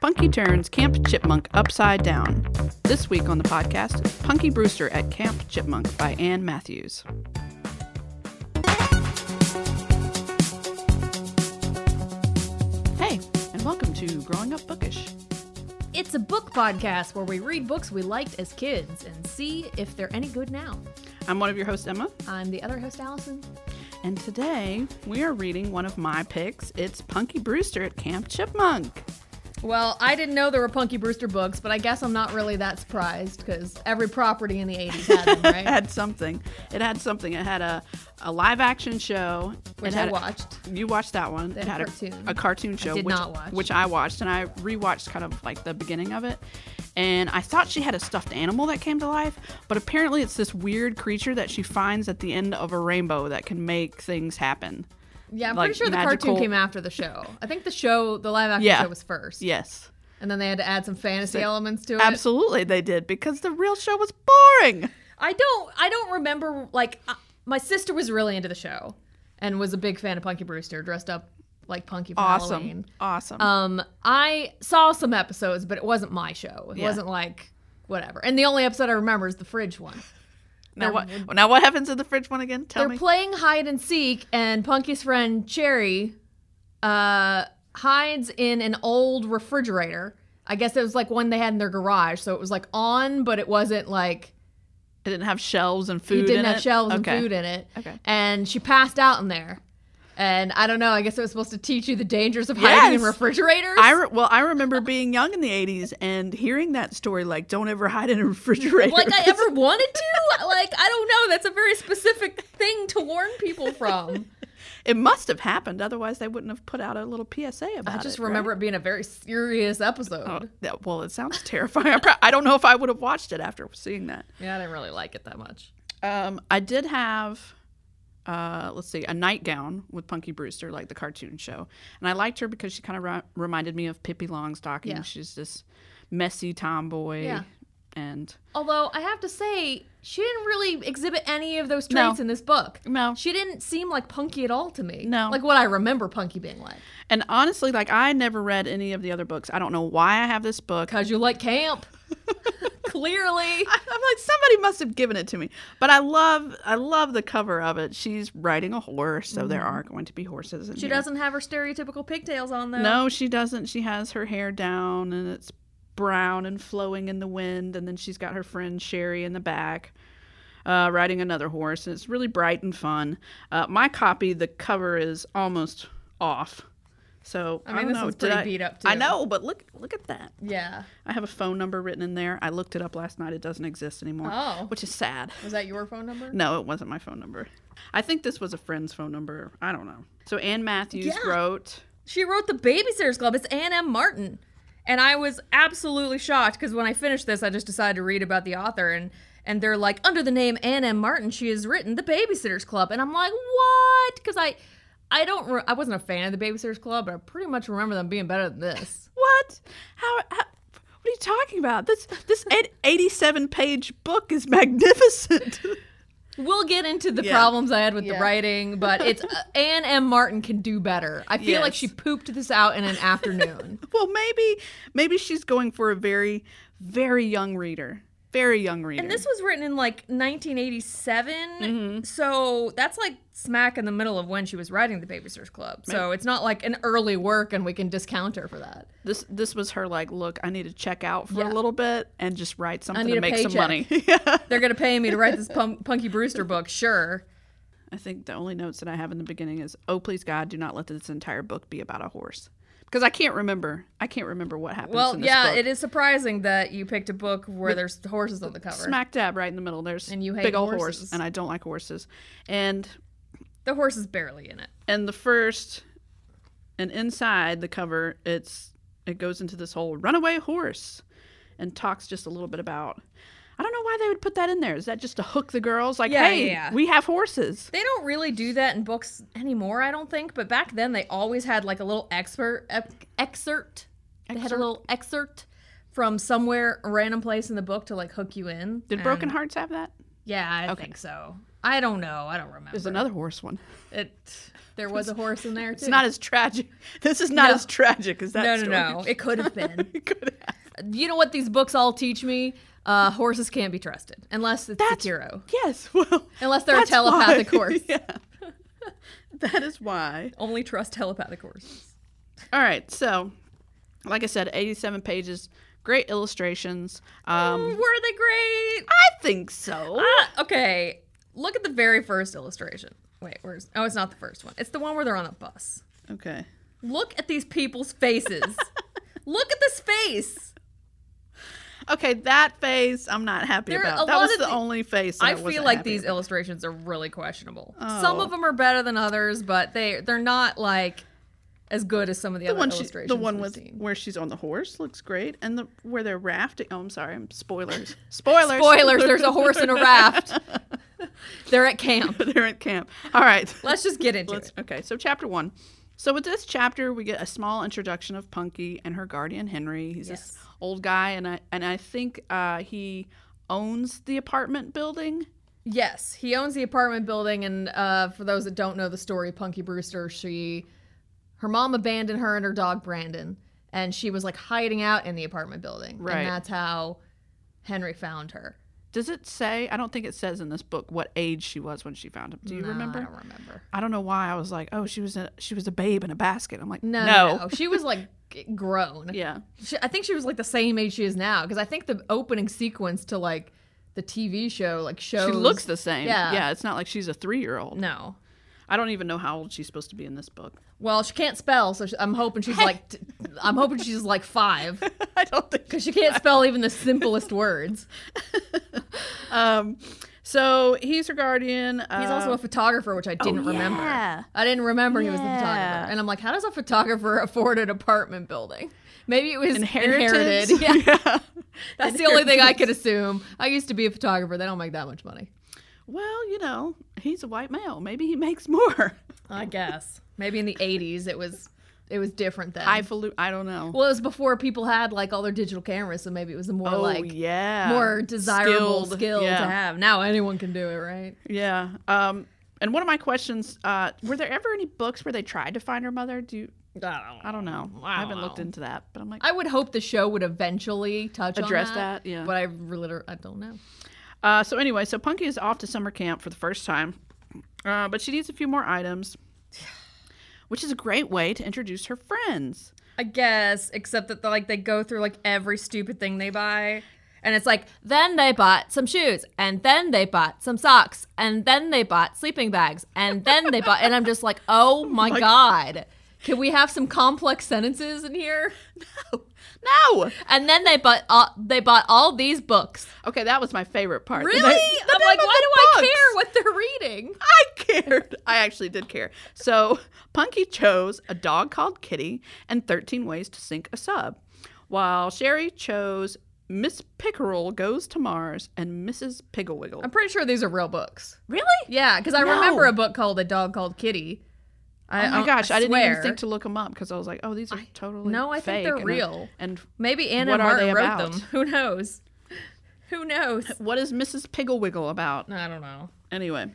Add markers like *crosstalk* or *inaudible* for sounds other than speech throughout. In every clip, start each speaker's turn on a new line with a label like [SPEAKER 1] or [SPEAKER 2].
[SPEAKER 1] Punky turns Camp Chipmunk upside down. This week on the podcast, Punky Brewster at Camp Chipmunk by Ann Matthews. Hey, and welcome to Growing Up Bookish.
[SPEAKER 2] It's a book podcast where we read books we liked as kids and see if they're any good now.
[SPEAKER 1] I'm one of your hosts, Emma,
[SPEAKER 2] I'm the other host, Allison.
[SPEAKER 1] and today we are reading one of my picks. It's Punky Brewster at Camp Chipmunk.
[SPEAKER 2] Well, I didn't know there were Punky Brewster books, but I guess I'm not really that surprised because every property in the 80s had them,
[SPEAKER 1] It *laughs*
[SPEAKER 2] right?
[SPEAKER 1] had something. It had something. It had a, a live action show.
[SPEAKER 2] Which
[SPEAKER 1] it
[SPEAKER 2] I
[SPEAKER 1] had a-
[SPEAKER 2] watched.
[SPEAKER 1] you watched that one.
[SPEAKER 2] They
[SPEAKER 1] it had
[SPEAKER 2] had a
[SPEAKER 1] a
[SPEAKER 2] cartoon.
[SPEAKER 1] A, cartoon show,
[SPEAKER 2] did
[SPEAKER 1] which,
[SPEAKER 2] not watch.
[SPEAKER 1] which I watched, and I rewatched kind of like the beginning of it. And I thought she had a stuffed animal that came to life, but apparently it's this weird creature that she finds at the end of a rainbow that can make things happen.
[SPEAKER 2] Yeah, I'm
[SPEAKER 1] like,
[SPEAKER 2] pretty sure the
[SPEAKER 1] magical-
[SPEAKER 2] cartoon came after the show. I think the show, the live action
[SPEAKER 1] Yeah.
[SPEAKER 2] show was first.
[SPEAKER 1] Yes.
[SPEAKER 2] And then they had to add some fantasy elements to it.
[SPEAKER 1] Absolutely, they did because the real show was boring.
[SPEAKER 2] I don't I don't remember like uh, my sister was really into the show and was a big fan of Punky Brewster dressed up like Punky for
[SPEAKER 1] Awesome,
[SPEAKER 2] Halloween.
[SPEAKER 1] awesome.
[SPEAKER 2] Um, I saw some episodes, but it wasn't my show. It
[SPEAKER 1] Yeah.
[SPEAKER 2] wasn't like whatever. And the only episode I remember is the fridge one.
[SPEAKER 1] now what? Now what happens in the fridge one again? Tell
[SPEAKER 2] They're
[SPEAKER 1] me.
[SPEAKER 2] playing hide and seek, and Punky's friend Cherry uh, hides in an old refrigerator. I guess it was like one they had in their garage, so it was like on, but it wasn't like
[SPEAKER 1] it didn't have shelves and food.
[SPEAKER 2] he didn't
[SPEAKER 1] in
[SPEAKER 2] have
[SPEAKER 1] it?
[SPEAKER 2] shelves
[SPEAKER 1] Okay.
[SPEAKER 2] and food in it.
[SPEAKER 1] Okay.
[SPEAKER 2] And she passed out in there. And I don't know. I guess it was supposed to teach you the dangers of
[SPEAKER 1] Yes.
[SPEAKER 2] hiding in refrigerators.
[SPEAKER 1] I re- well, I remember being young in the '80s and hearing that story, like "Don't ever hide in a refrigerator."
[SPEAKER 2] like I ever wanted to. Like I don't know. That's a very specific thing to warn
[SPEAKER 1] *laughs*
[SPEAKER 2] people from.
[SPEAKER 1] *laughs* it must have happened, otherwise they wouldn't have put out a little PSA about
[SPEAKER 2] I
[SPEAKER 1] it.
[SPEAKER 2] just
[SPEAKER 1] right?
[SPEAKER 2] remember it being a very serious episode.
[SPEAKER 1] Oh, that- well, it sounds terrifying. I, pro- I don't know if I would have watched it after seeing that.
[SPEAKER 2] Yeah, I didn't really like it that much.
[SPEAKER 1] Um, I did have, uh, let's see, a nightgown with Punky Brewster, like the cartoon show, and I liked her because she kind of ri- reminded me of Pippi Longstocking.
[SPEAKER 2] Yeah.
[SPEAKER 1] She's this messy tomboy,
[SPEAKER 2] Yeah.
[SPEAKER 1] and
[SPEAKER 2] Although I have to say, she didn't really exhibit any of those
[SPEAKER 1] No.
[SPEAKER 2] traits in this book.
[SPEAKER 1] No.
[SPEAKER 2] She didn't seem like punky at all to me.
[SPEAKER 1] No.
[SPEAKER 2] Like what I remember punky being like.
[SPEAKER 1] and honestly, like I never read any of the other books. I don't know why I have this book. *laughs*
[SPEAKER 2] Cause you like camp. Clearly.
[SPEAKER 1] I'm like somebody must have given it to me. But I love I love the cover of it. She's riding a horse, so there are going to be horses. In
[SPEAKER 2] Mm-hmm. She
[SPEAKER 1] here.
[SPEAKER 2] doesn't have her stereotypical pigtails on though.
[SPEAKER 1] No, she doesn't. She has her hair down and it's brown and flowing in the wind, and then she's got her friend Sherry in the back. Uh, riding another horse, and it's really bright and fun. Uh, my copy, the cover is almost off, so I,
[SPEAKER 2] mean,
[SPEAKER 1] don't
[SPEAKER 2] this
[SPEAKER 1] know.
[SPEAKER 2] one's
[SPEAKER 1] Did
[SPEAKER 2] pretty
[SPEAKER 1] I-
[SPEAKER 2] beat up,
[SPEAKER 1] I
[SPEAKER 2] too.
[SPEAKER 1] know, but look, look at that.
[SPEAKER 2] Yeah.
[SPEAKER 1] I have a phone number written in there. I looked it up last night. It doesn't exist anymore,
[SPEAKER 2] Oh.
[SPEAKER 1] which is sad. *laughs*
[SPEAKER 2] Was that your phone number?
[SPEAKER 1] No, it wasn't my phone number. I think this was a friend's phone number. I don't know. So Ann Matthews
[SPEAKER 2] Yeah.
[SPEAKER 1] wrote.
[SPEAKER 2] She wrote The Babysitter's Club. It's Anne M. Martin. And I was absolutely shocked because when I finished this, I just decided to read about the author and and they're like, under the name Anne M. Martin, she has written The Babysitter's Club. And I'm like, what? Because I I don't re- I wasn't a fan of The Babysitter's Club, but I pretty much remember them being better than this.
[SPEAKER 1] What? How? how what are you talking about? This this eight- *laughs* 87 page book is magnificent.
[SPEAKER 2] *laughs*
[SPEAKER 1] *laughs*
[SPEAKER 2] We'll get into the
[SPEAKER 1] Yeah.
[SPEAKER 2] problems I had with the
[SPEAKER 1] Yeah.
[SPEAKER 2] writing, but *laughs* it's uh, Anne M. Martin can do better. I feel like
[SPEAKER 1] Yes.
[SPEAKER 2] she pooped this out in an afternoon.
[SPEAKER 1] well, maybe maybe she's going for a very very young reader. Very young reader.
[SPEAKER 2] And this was written in like 1987,
[SPEAKER 1] Mm-hmm.
[SPEAKER 2] so that's like smack in the middle of when she was writing the Babysitter's Club. So it's not like an early work, and we can discount her for that.
[SPEAKER 1] this this was her like, look, I need to check out for a
[SPEAKER 2] Yeah.
[SPEAKER 1] little bit and just write something
[SPEAKER 2] need
[SPEAKER 1] to
[SPEAKER 2] a
[SPEAKER 1] make some
[SPEAKER 2] paycheck.
[SPEAKER 1] money. *laughs* yeah.
[SPEAKER 2] They're gonna pay me to write this punk- *laughs* Punky Brewster book, sure.
[SPEAKER 1] I think the only notes that I have in the beginning is, "Oh please God, do not let this entire book be about a horse," because I can't remember. I can't remember what happens.
[SPEAKER 2] Well,
[SPEAKER 1] in this
[SPEAKER 2] yeah,
[SPEAKER 1] book.
[SPEAKER 2] it is surprising that you picked a book where there's horses on the cover.
[SPEAKER 1] smack dab right in the middle. There's
[SPEAKER 2] And you hate
[SPEAKER 1] big old
[SPEAKER 2] horses.
[SPEAKER 1] horse, and I don't like horses. And
[SPEAKER 2] The horse is barely in it.
[SPEAKER 1] and the first, and inside the cover, it's it goes into this whole runaway horse, and talks just a little bit about. I don't know why they would put that in there. Is that just to hook the girls? Like,
[SPEAKER 2] Yeah,
[SPEAKER 1] hey,
[SPEAKER 2] yeah, yeah.
[SPEAKER 1] we have horses.
[SPEAKER 2] They don't really do that in books anymore, I don't think. But back then, they always had like a little expert ex- excerpt. They had a
[SPEAKER 1] Excerpt?
[SPEAKER 2] little excerpt from somewhere a random place in the book to like hook you in.
[SPEAKER 1] Did
[SPEAKER 2] And-
[SPEAKER 1] Broken Hearts have that?
[SPEAKER 2] Yeah, I think so. I don't know. I don't remember.
[SPEAKER 1] There's another horse one.
[SPEAKER 2] It, there *laughs* was a horse in there too.
[SPEAKER 1] It's not as tragic. *laughs* This is not
[SPEAKER 2] No.
[SPEAKER 1] as tragic as that.
[SPEAKER 2] no, no,
[SPEAKER 1] story.
[SPEAKER 2] no. It could have *laughs* been.
[SPEAKER 1] It *laughs* could have.
[SPEAKER 2] you know what these books all teach me? Uh, horses can't be trusted unless it's
[SPEAKER 1] That's-
[SPEAKER 2] Sekiro.
[SPEAKER 1] Yes. Well,
[SPEAKER 2] Unless they're a
[SPEAKER 1] that's
[SPEAKER 2] telepathic
[SPEAKER 1] why-
[SPEAKER 2] horse.
[SPEAKER 1] *laughs* Yeah. That is why.
[SPEAKER 2] Only trust telepathic horses.
[SPEAKER 1] All right. So, like I said, 87 pages, great illustrations.
[SPEAKER 2] Were
[SPEAKER 1] Um,
[SPEAKER 2] they great?
[SPEAKER 1] I think so.
[SPEAKER 2] Ah, okay. Look at the very first illustration. Wait, where's? Oh, it's not the first one. It's the one where they're on a bus.
[SPEAKER 1] Okay.
[SPEAKER 2] Look at these people's *laughs* faces. Look at this face.
[SPEAKER 1] Okay, that face I'm not happy
[SPEAKER 2] There are a
[SPEAKER 1] about. That
[SPEAKER 2] lot
[SPEAKER 1] was
[SPEAKER 2] of
[SPEAKER 1] the
[SPEAKER 2] thi-
[SPEAKER 1] only face that
[SPEAKER 2] I
[SPEAKER 1] wasn't
[SPEAKER 2] feel like
[SPEAKER 1] happy
[SPEAKER 2] these
[SPEAKER 1] about.
[SPEAKER 2] illustrations are really questionable. Some
[SPEAKER 1] Oh.
[SPEAKER 2] of them are better than others, but they they're not like as good as some of the,
[SPEAKER 1] the
[SPEAKER 2] other
[SPEAKER 1] one she,
[SPEAKER 2] illustrations.
[SPEAKER 1] the one
[SPEAKER 2] we've
[SPEAKER 1] with
[SPEAKER 2] seen.
[SPEAKER 1] where she's on the horse looks great, and the where they're rafting. Oh, I'm sorry, I'm spoilers. Spoilers.
[SPEAKER 2] spoilers. There's a horse in
[SPEAKER 1] *laughs*
[SPEAKER 2] a raft. they're at camp.
[SPEAKER 1] they're at camp. All right.
[SPEAKER 2] Let's just get
[SPEAKER 1] *laughs*
[SPEAKER 2] into
[SPEAKER 1] Let's-
[SPEAKER 2] it.
[SPEAKER 1] okay, so chapter one. So with this chapter, we get a small introduction of Punky and her guardian Henry. He's
[SPEAKER 2] Yes.
[SPEAKER 1] this old guy, and I and I think uh, he owns the apartment building.
[SPEAKER 2] Yes, he owns the apartment building, and uh, for those that don't know the story, Punky Brewster, she, her mom abandoned her and her dog Brandon, and she was like hiding out in the apartment building,
[SPEAKER 1] Right.
[SPEAKER 2] and that's how Henry found her.
[SPEAKER 1] Does it say? I don't think it says in this book what age she was when she found him. Do you
[SPEAKER 2] No,
[SPEAKER 1] remember?
[SPEAKER 2] I don't remember.
[SPEAKER 1] I don't know why I was like, oh, she was a she was a babe in a basket. I'm like,
[SPEAKER 2] No,
[SPEAKER 1] no,
[SPEAKER 2] no. no. she was like g- grown.
[SPEAKER 1] yeah,
[SPEAKER 2] She, I think she was like the same age she is now because I think the opening sequence to like the TV show like shows
[SPEAKER 1] she looks the same.
[SPEAKER 2] Yeah.
[SPEAKER 1] Yeah. it's not like she's a three year old.
[SPEAKER 2] *laughs* no.
[SPEAKER 1] I don't even know how old she's supposed to be in this book.
[SPEAKER 2] Well, she can't spell, so she, I'm hoping she's like t- I'm hoping she's like five
[SPEAKER 1] *laughs* I
[SPEAKER 2] *laughs*
[SPEAKER 1] don't think.
[SPEAKER 2] because she
[SPEAKER 1] *laughs*
[SPEAKER 2] can't spell even the simplest words.
[SPEAKER 1] Um, so he's her guardian. Uh, oh,
[SPEAKER 2] He's also a photographer, which I didn't remember.
[SPEAKER 1] yeah.
[SPEAKER 2] I didn't remember he was the
[SPEAKER 1] Yeah.
[SPEAKER 2] photographer, and I'm like, how does a photographer afford an apartment building? Maybe it was
[SPEAKER 1] inherited.
[SPEAKER 2] inherited. *laughs* Yeah,
[SPEAKER 1] *laughs* yeah.
[SPEAKER 2] that's the only thing I could assume. I used to be a photographer; they don't make that much money.
[SPEAKER 1] Well, you know, he's a white male. Maybe he makes more. *laughs*
[SPEAKER 2] I guess maybe in the '80s it was it was different then.
[SPEAKER 1] Highfalu- I don't know.
[SPEAKER 2] Well, it was before people had like all their digital cameras, so maybe it was a more
[SPEAKER 1] oh
[SPEAKER 2] like
[SPEAKER 1] yeah,
[SPEAKER 2] more desirable
[SPEAKER 1] Skilled,
[SPEAKER 2] skill
[SPEAKER 1] yeah.
[SPEAKER 2] to have. Now anyone can do it, right?
[SPEAKER 1] Yeah. Um, and one of my questions: uh, Were there ever any books where they tried to find her mother? Do you, I don't know. I haven't looked into that, but I'm like,
[SPEAKER 2] I would hope the show would eventually touch
[SPEAKER 1] Address
[SPEAKER 2] on that,
[SPEAKER 1] that, yeah.
[SPEAKER 2] But I really, I don't know.
[SPEAKER 1] Uh, so anyway, so Punky is off to summer camp for the first time, uh, but she needs a few more
[SPEAKER 2] *sighs*
[SPEAKER 1] items, which is a great way to introduce her friends.
[SPEAKER 2] I guess, except that like they go through like every stupid thing they buy. And it's like, then they bought some shoes, and then they bought some socks, and then they bought sleeping bags, and then they bought. And I'm just like, *laughs* oh my, God. Can we have some complex sentences in here? *laughs*
[SPEAKER 1] No.
[SPEAKER 2] And then they bought all, they bought all these books.
[SPEAKER 1] Okay, that was my favorite part.
[SPEAKER 2] Really?
[SPEAKER 1] They-
[SPEAKER 2] *laughs*
[SPEAKER 1] the
[SPEAKER 2] I'm like,
[SPEAKER 1] name of
[SPEAKER 2] why
[SPEAKER 1] the
[SPEAKER 2] do I
[SPEAKER 1] books.
[SPEAKER 2] care what they're reading?
[SPEAKER 1] I cared. I actually did care. So Punky chose a dog called Kitty and 13 ways to sink a sub, while Sherry chose Miss Pickerel goes to Mars and Mrs. Pigglewiggle.
[SPEAKER 2] I'm pretty sure these are real books.
[SPEAKER 1] really?
[SPEAKER 2] Yeah, because I
[SPEAKER 1] No.
[SPEAKER 2] remember a book called A Dog Called Kitty. I,
[SPEAKER 1] Oh my gosh, I, didn't
[SPEAKER 2] swear.
[SPEAKER 1] even think to look them up because I was like, oh, these are totally
[SPEAKER 2] no, I think
[SPEAKER 1] fake,
[SPEAKER 2] they're
[SPEAKER 1] and I-
[SPEAKER 2] real.
[SPEAKER 1] and
[SPEAKER 2] Maybe Anna
[SPEAKER 1] What
[SPEAKER 2] and
[SPEAKER 1] are
[SPEAKER 2] Martin
[SPEAKER 1] they
[SPEAKER 2] wrote
[SPEAKER 1] about?
[SPEAKER 2] them. *laughs* Who knows? Who knows?
[SPEAKER 1] what is Mrs. Pigglewiggle about?
[SPEAKER 2] I don't know.
[SPEAKER 1] Anyway,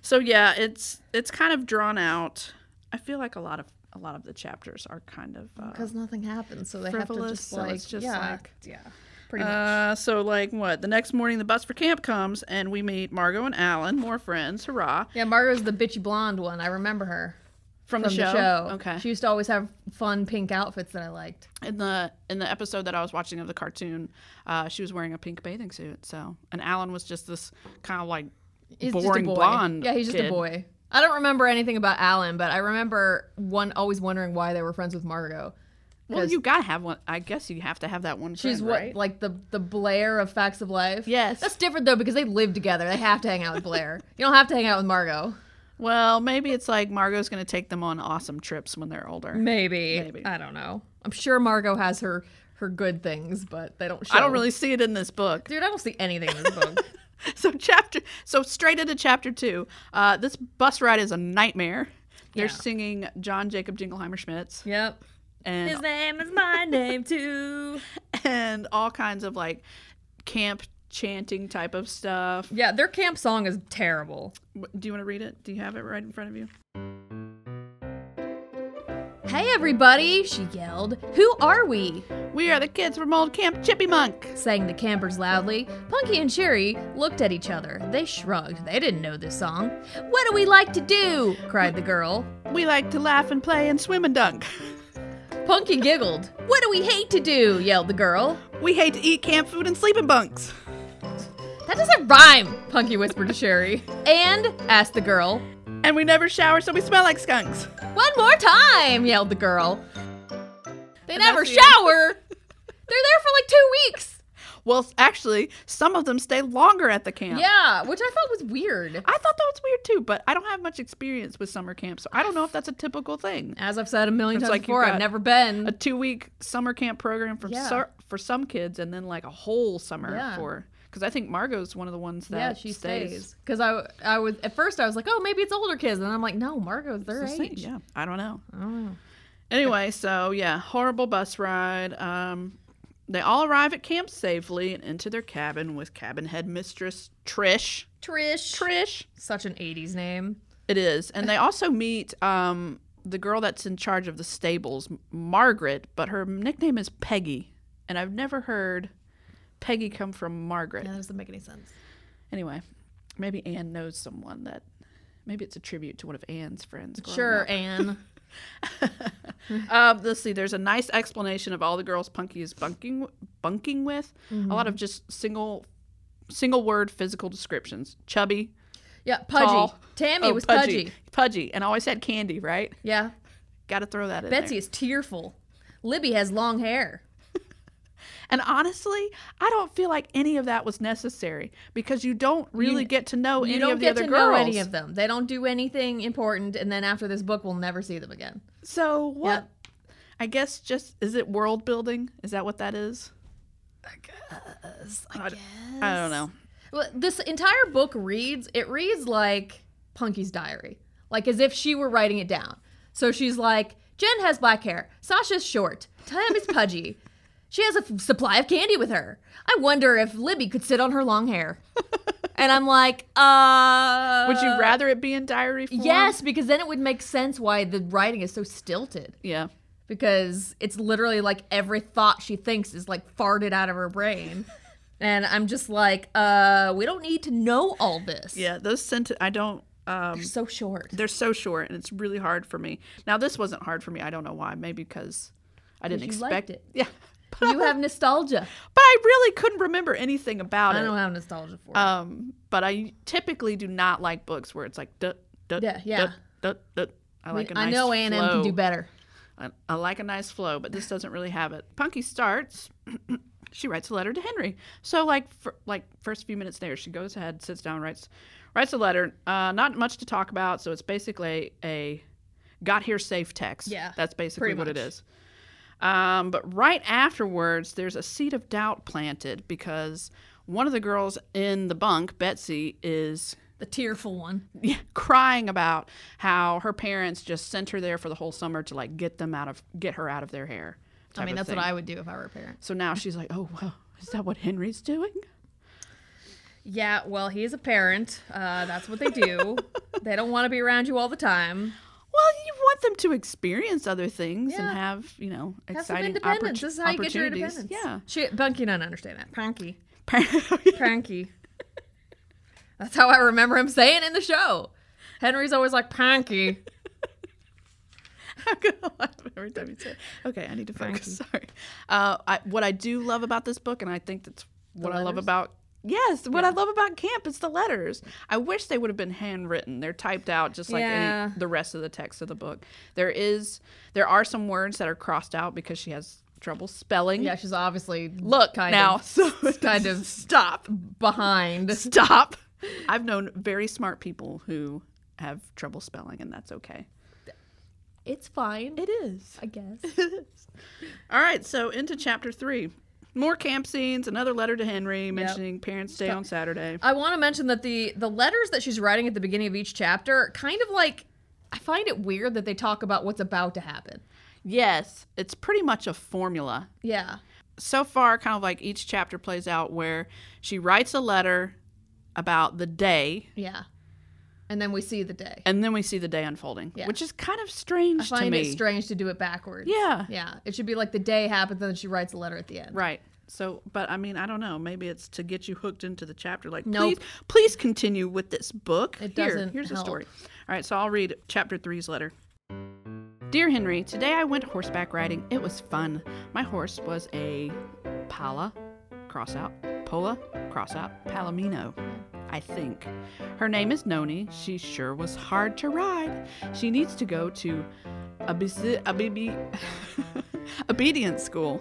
[SPEAKER 1] so yeah, it's it's kind of drawn out. I feel like a lot of a lot of the chapters are kind of uh,
[SPEAKER 2] Because nothing happens, so they have to
[SPEAKER 1] frivolous,
[SPEAKER 2] just
[SPEAKER 1] so
[SPEAKER 2] like,
[SPEAKER 1] it's just
[SPEAKER 2] yeah,
[SPEAKER 1] like-
[SPEAKER 2] yeah, pretty much.
[SPEAKER 1] Uh, so like what? The next morning, the bus for camp comes, and we meet Margot and Alan, more friends. Hurrah!
[SPEAKER 2] Yeah, Margo's the bitchy blonde one. I remember her
[SPEAKER 1] From,
[SPEAKER 2] from
[SPEAKER 1] the, show. Okay.
[SPEAKER 2] She used to always have fun pink outfits that I liked.
[SPEAKER 1] in the in the episode that I was watching of the cartoon, uh, she was wearing a pink bathing suit. So, and Alan was just this kind of like
[SPEAKER 2] He's just a
[SPEAKER 1] boring
[SPEAKER 2] boy.
[SPEAKER 1] blonde.
[SPEAKER 2] Yeah, he's just a
[SPEAKER 1] kid.
[SPEAKER 2] boy. I don't remember anything about Alan, but I remember one always wondering why they were friends with Margot.
[SPEAKER 1] Well, you gotta have one. I guess you have to have that one.
[SPEAKER 2] She's
[SPEAKER 1] friend,
[SPEAKER 2] what
[SPEAKER 1] right?
[SPEAKER 2] like the the Blair of Facts of Life.
[SPEAKER 1] Yes.
[SPEAKER 2] that's different though because they live together. They have to hang out with Blair. you don't have to hang out with Margot.
[SPEAKER 1] Well, maybe it's like Margot's gonna take them on awesome trips when they're older.
[SPEAKER 2] Maybe.
[SPEAKER 1] Maybe.
[SPEAKER 2] I don't know. I'm sure Margot has her her good things, but they don't. Show.
[SPEAKER 1] I don't really see it in this book.
[SPEAKER 2] Dude, I don't see anything in this book.
[SPEAKER 1] *laughs* so chapter so straight into chapter two uh, this bus ride is a nightmare they're
[SPEAKER 2] Yeah.
[SPEAKER 1] singing john jacob jingleheimer schmitz
[SPEAKER 2] *laughs* yep. His
[SPEAKER 1] and,
[SPEAKER 2] name is my name too.
[SPEAKER 1] and all kinds of like camp chanting type of stuff.
[SPEAKER 2] Yeah, their camp song is terrible.
[SPEAKER 1] Wh- Do you want to read it? Do you have it right in front of you?
[SPEAKER 2] Hey, everybody, she yelled. Who are we?
[SPEAKER 1] We are the kids from old Camp Chippy Monk.
[SPEAKER 2] sang the campers loudly. Punky and Cherry looked at each other. They shrugged. They didn't know this song. What do we like to do? cried the girl.
[SPEAKER 1] We like to laugh and play and swim and dunk.
[SPEAKER 2] Punky giggled. What do we hate to do? yelled the girl.
[SPEAKER 1] We hate to eat camp food and sleep in bunks.
[SPEAKER 2] That doesn't rhyme, Punky whispered to Sherry. And, asked the girl.
[SPEAKER 1] And we never shower, so we smell like skunks.
[SPEAKER 2] One more time, yelled the girl. They never
[SPEAKER 1] that's the end. *laughs*
[SPEAKER 2] shower. They're there for like two weeks.
[SPEAKER 1] Well, s- actually, some of them stay longer at the camp.
[SPEAKER 2] Yeah, which I thought was weird.
[SPEAKER 1] I thought that was weird too, but I don't have much experience with summer camp, so I don't know if that's a typical thing.
[SPEAKER 2] As I've said a million
[SPEAKER 1] It's
[SPEAKER 2] times
[SPEAKER 1] like you've
[SPEAKER 2] before, I've
[SPEAKER 1] got
[SPEAKER 2] never been.
[SPEAKER 1] A two week summer camp program for,
[SPEAKER 2] Yeah.
[SPEAKER 1] sur- for some kids, and then like a whole summer
[SPEAKER 2] Yeah.
[SPEAKER 1] for. Because I think Margot's one of the ones that
[SPEAKER 2] yeah, she
[SPEAKER 1] stays.
[SPEAKER 2] stays. Because I, I was at first I was like, oh, maybe it's older kids, and I'm like, no, Margot's their
[SPEAKER 1] It's the same-
[SPEAKER 2] age.
[SPEAKER 1] Yeah, I don't know.
[SPEAKER 2] Oh.
[SPEAKER 1] Anyway, so yeah, horrible bus ride. Um, they all arrive at camp safely and into their cabin with cabin headmistress Trish.
[SPEAKER 2] Trish.
[SPEAKER 1] Trish,
[SPEAKER 2] Such an '80s name.
[SPEAKER 1] it is, and they also meet um, the girl that's in charge of the stables, Margaret, but her nickname is Peggy, and I've never heard Peggy come from Margaret.
[SPEAKER 2] Yeah, that doesn't make any sense.
[SPEAKER 1] Anyway, maybe Anne knows someone that. Maybe it's a tribute to one of Anne's friends. growing up.
[SPEAKER 2] Sure, Anne.
[SPEAKER 1] *laughs* Um, let's see. There's a nice explanation of all the girls Punky is bunking bunking with. A
[SPEAKER 2] Mm-hmm.
[SPEAKER 1] lot of just single single word physical descriptions. Chubby,
[SPEAKER 2] Yeah, Pudgy.
[SPEAKER 1] Tall.
[SPEAKER 2] Tammy
[SPEAKER 1] oh,
[SPEAKER 2] was pudgy.
[SPEAKER 1] pudgy, and always had candy. Right?
[SPEAKER 2] Yeah.
[SPEAKER 1] Got to throw that in.
[SPEAKER 2] Betsy
[SPEAKER 1] there.
[SPEAKER 2] is tearful. Libby has long hair.
[SPEAKER 1] And honestly, I don't feel like any of that was necessary because you don't really get to know any
[SPEAKER 2] You don't
[SPEAKER 1] of the
[SPEAKER 2] get
[SPEAKER 1] other
[SPEAKER 2] to
[SPEAKER 1] girls.
[SPEAKER 2] know any of them. They don't do anything important, and then after this book, we'll never see them again.
[SPEAKER 1] so what?
[SPEAKER 2] Yep.
[SPEAKER 1] I guess just is it world building? Is that what that is?
[SPEAKER 2] I guess.
[SPEAKER 1] I don't know.
[SPEAKER 2] Well, this entire book reads it reads like Punky's diary, like as if she were writing it down. So she's like, Jen has black hair. Sasha's short. Tammy's
[SPEAKER 1] *laughs*
[SPEAKER 2] pudgy. She has a f- supply of candy with her. I wonder if Libby could sit on her
[SPEAKER 1] *laughs*
[SPEAKER 2] long hair. and I'm like, uh.
[SPEAKER 1] Would you rather it be in diary form?
[SPEAKER 2] Yes, because then it would make sense why the writing is so stilted.
[SPEAKER 1] Yeah.
[SPEAKER 2] Because it's literally like every thought she thinks is like farted out of
[SPEAKER 1] *laughs*
[SPEAKER 2] her brain. and I'm just like, uh, we don't need to know all this.
[SPEAKER 1] Yeah. Those sentence. I don't. Um,
[SPEAKER 2] They're so
[SPEAKER 1] *laughs*
[SPEAKER 2] short.
[SPEAKER 1] they're so short and it's really hard for me now this wasn't hard for me i don't know why maybe because i didn't
[SPEAKER 2] you
[SPEAKER 1] expect
[SPEAKER 2] liked it.
[SPEAKER 1] yeah but,
[SPEAKER 2] You have nostalgia.
[SPEAKER 1] but i really couldn't remember anything about
[SPEAKER 2] I don't
[SPEAKER 1] it
[SPEAKER 2] have nostalgia for it.
[SPEAKER 1] um but i typically do not like books where it's like duh, duh,
[SPEAKER 2] Yeah, yeah.
[SPEAKER 1] duh, duh, duh. I
[SPEAKER 2] I, mean,
[SPEAKER 1] like a
[SPEAKER 2] I
[SPEAKER 1] nice
[SPEAKER 2] know
[SPEAKER 1] flow.
[SPEAKER 2] A&M can do better.
[SPEAKER 1] I, I like a nice flow, but this doesn't really have it. Punky starts. *clears throat* she writes a letter to Henry. So like for, like first few minutes there, she goes ahead, sits down, writes writes a letter. Uh, not much to talk about, so it's basically a got here safe text.
[SPEAKER 2] Yeah,
[SPEAKER 1] that's basically
[SPEAKER 2] pretty
[SPEAKER 1] what it
[SPEAKER 2] much.
[SPEAKER 1] is. Um, but right afterwards, there's a seed of doubt planted because one of the girls in the bunk, Betsy, is
[SPEAKER 2] The tearful one.
[SPEAKER 1] yeah, *laughs* crying about how her parents just sent her there for the whole summer to like get them out of get her out of their hair.
[SPEAKER 2] I
[SPEAKER 1] type
[SPEAKER 2] mean,
[SPEAKER 1] of
[SPEAKER 2] that's
[SPEAKER 1] thing.
[SPEAKER 2] what I would do if I were a parent.
[SPEAKER 1] So now she's like, oh well, is that what Henry's doing?
[SPEAKER 2] Yeah, well, he's a parent. Uh, that's what
[SPEAKER 1] *laughs*
[SPEAKER 2] they do. they don't want to be around you all the time.
[SPEAKER 1] Well, you want them to experience other things and
[SPEAKER 2] Yeah.
[SPEAKER 1] have you know
[SPEAKER 2] Have some
[SPEAKER 1] exciting
[SPEAKER 2] independence.
[SPEAKER 1] oppor-
[SPEAKER 2] this is how you get your
[SPEAKER 1] opportunities.
[SPEAKER 2] independence. Shit, Bunky don't understand that. Pranky.
[SPEAKER 1] *laughs* Yeah.
[SPEAKER 2] Pranky. That's how I remember him saying in the show. Henry's always like, Pranky.
[SPEAKER 1] *laughs* I'm gonna laugh every time you say. It. Okay, I need to focus. Sorry. Uh, I, what I do love about this book, and I think that's what I love
[SPEAKER 2] letters?
[SPEAKER 1] about yes, what I love about camp is the letters. I wish they would have been handwritten. They're typed out just like
[SPEAKER 2] Yeah.
[SPEAKER 1] any, the rest of the text of the book. There is there are some words that are crossed out because she has trouble spelling.
[SPEAKER 2] Yeah, she's obviously
[SPEAKER 1] Look
[SPEAKER 2] kind
[SPEAKER 1] now,
[SPEAKER 2] of
[SPEAKER 1] so
[SPEAKER 2] *laughs* kind of-
[SPEAKER 1] *laughs* stop,
[SPEAKER 2] behind.
[SPEAKER 1] stop. I've known very smart people who have trouble spelling, and that's okay.
[SPEAKER 2] It's fine,
[SPEAKER 1] *laughs* It is.
[SPEAKER 2] I guess.
[SPEAKER 1] All right, so into chapter three. More camp scenes, another letter to Henry mentioning Parents' Day on Saturday.
[SPEAKER 2] I want to mention that the the letters that she's writing at the beginning of each chapter are kind of like I find it weird that they talk about what's about to happen.
[SPEAKER 1] Yes, it's pretty much a formula.
[SPEAKER 2] Yeah.
[SPEAKER 1] so far, kind of like each chapter plays out where she writes a letter about the day,
[SPEAKER 2] Yeah. And then we see the day.
[SPEAKER 1] and then we see the day unfolding,
[SPEAKER 2] Yeah.
[SPEAKER 1] which is kind of strange
[SPEAKER 2] I find
[SPEAKER 1] to me.
[SPEAKER 2] it strange to do it backwards.
[SPEAKER 1] Yeah.
[SPEAKER 2] Yeah. It should be like the day happens and then she writes a letter at the end.
[SPEAKER 1] Right. So, but I mean, I don't know. Maybe it's to get you hooked into the chapter. Like,
[SPEAKER 2] Nope.
[SPEAKER 1] please, please continue with this book.
[SPEAKER 2] It
[SPEAKER 1] Here,
[SPEAKER 2] doesn't
[SPEAKER 1] Here's the
[SPEAKER 2] help.
[SPEAKER 1] story. All right. So I'll read chapter three's letter. Dear Henry, today I went horseback riding. It was fun. My horse was a Pala, cross out, Pola, cross out, Palomino, I think. Her name is Noni. She sure was hard to ride. She needs to go to obesi- abibi- *laughs* obedience school.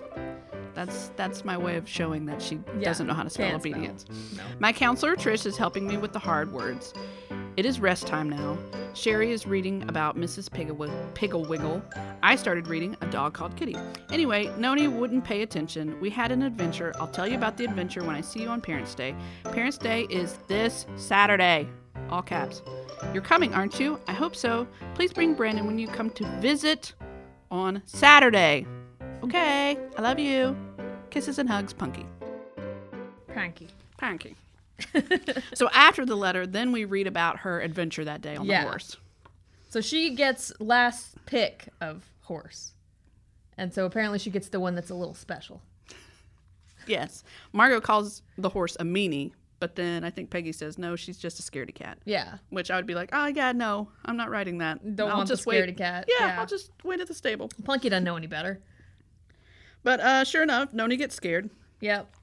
[SPEAKER 1] That's that's my way of showing that she
[SPEAKER 2] Yeah,
[SPEAKER 1] doesn't know how to spell
[SPEAKER 2] can't spell.
[SPEAKER 1] obedience.
[SPEAKER 2] No.
[SPEAKER 1] My counselor, Trish, is helping me with the hard words. It is rest time now. Sherry is reading about Mrs. Piggle- Pigglewiggle. I started reading A Dog Called Kitty. Anyway, Noni wouldn't pay attention. We had an adventure. I'll tell you about the adventure when I see you on Parents' Day. Parents' Day is this Saturday. All caps. You're coming, aren't you? I hope so. Please bring Brandon when you come to visit on Saturday. Okay, I love you. Kisses and hugs, Punky.
[SPEAKER 2] Cranky. *laughs*
[SPEAKER 1] Panky. so after the letter, then we read about her adventure that day on
[SPEAKER 2] Yeah.
[SPEAKER 1] the horse.
[SPEAKER 2] So she gets last pick of horse. And so apparently she gets the one that's a little special.
[SPEAKER 1] Yes. Margot calls the horse a meanie, but then I think Peggy says, no, she's just a scaredy cat.
[SPEAKER 2] Yeah.
[SPEAKER 1] Which I would be like, oh, yeah, no, I'm not riding that.
[SPEAKER 2] Don't
[SPEAKER 1] I'll
[SPEAKER 2] want the
[SPEAKER 1] just wait.
[SPEAKER 2] scaredy cat.
[SPEAKER 1] Yeah,
[SPEAKER 2] Yeah.
[SPEAKER 1] I'll just wait at the stable.
[SPEAKER 2] Plunky doesn't know any better.
[SPEAKER 1] But uh, sure enough, Noni gets scared.
[SPEAKER 2] Yep.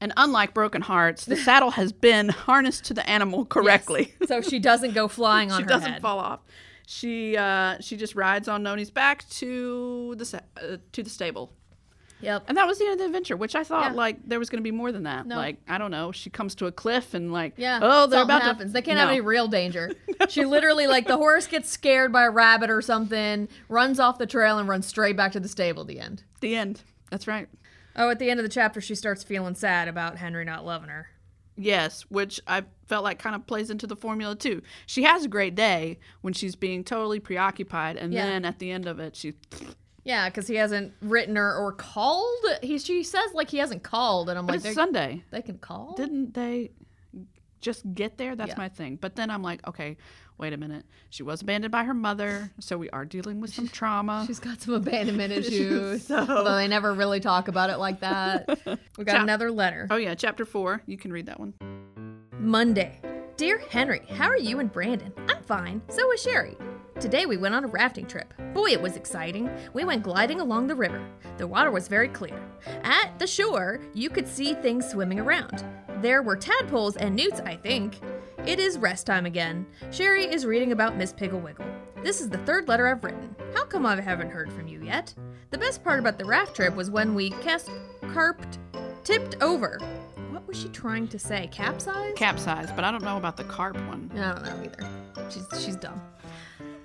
[SPEAKER 1] And unlike Broken Hearts,
[SPEAKER 2] *laughs*
[SPEAKER 1] the saddle has been harnessed to the animal correctly. *laughs*
[SPEAKER 2] Yes. So she doesn't go flying on
[SPEAKER 1] she
[SPEAKER 2] her
[SPEAKER 1] doesn't
[SPEAKER 2] head.
[SPEAKER 1] fall off. She uh, she just rides on Noni's back to the sa- uh, to the stable.
[SPEAKER 2] Yep.
[SPEAKER 1] And that was the end of the adventure, which I thought
[SPEAKER 2] Yeah.
[SPEAKER 1] like there was going to be more than that.
[SPEAKER 2] No.
[SPEAKER 1] Like I don't know, she comes to a cliff and like
[SPEAKER 2] Yeah.
[SPEAKER 1] oh they're
[SPEAKER 2] something
[SPEAKER 1] about
[SPEAKER 2] happens.
[SPEAKER 1] to
[SPEAKER 2] They can't
[SPEAKER 1] No.
[SPEAKER 2] have any
[SPEAKER 1] *laughs*
[SPEAKER 2] real danger. She literally like the horse gets scared by a rabbit or something, runs off the trail and runs straight back to the stable at the end.
[SPEAKER 1] the end. That's right.
[SPEAKER 2] Oh, at the end of the chapter she starts feeling sad about Henry not loving her.
[SPEAKER 1] Yes, which I felt like kind of plays into the formula too. She has a great day when she's being totally preoccupied, and
[SPEAKER 2] Yeah.
[SPEAKER 1] then at the end of it, she
[SPEAKER 2] Yeah, because he hasn't written her or called. He she says like he hasn't called, and I'm
[SPEAKER 1] but
[SPEAKER 2] like,
[SPEAKER 1] it's
[SPEAKER 2] "They-
[SPEAKER 1] Sunday.
[SPEAKER 2] they can call.
[SPEAKER 1] Didn't they just get there? That's
[SPEAKER 2] Yeah.
[SPEAKER 1] my thing. But then I'm like, okay, wait a minute. She was abandoned by her mother, so we are dealing with
[SPEAKER 2] *laughs*
[SPEAKER 1] some trauma.
[SPEAKER 2] She's got some abandonment issues,
[SPEAKER 1] So-
[SPEAKER 2] although they never really talk about it like that. We got
[SPEAKER 1] Chap-
[SPEAKER 2] another letter.
[SPEAKER 1] oh yeah, chapter four. You can read that one.
[SPEAKER 2] Monday. Dear Henry, how are you and Brandon? I'm fine. So is Sherry. Today we went on a rafting trip. Boy, it was exciting. We went gliding along the river. The water was very clear. At the shore, you could see things swimming around. There were tadpoles and newts, I think. It is rest time again. Sherry is reading about Miss Piggle Wiggle. This is the third letter I've written. How come I haven't heard from you yet? The best part about the raft trip was when we cast, carped, tipped over. What was she trying to say? Capsize?
[SPEAKER 1] capsized, but I don't know about the carp one.
[SPEAKER 2] I don't know either. She's she's dumb.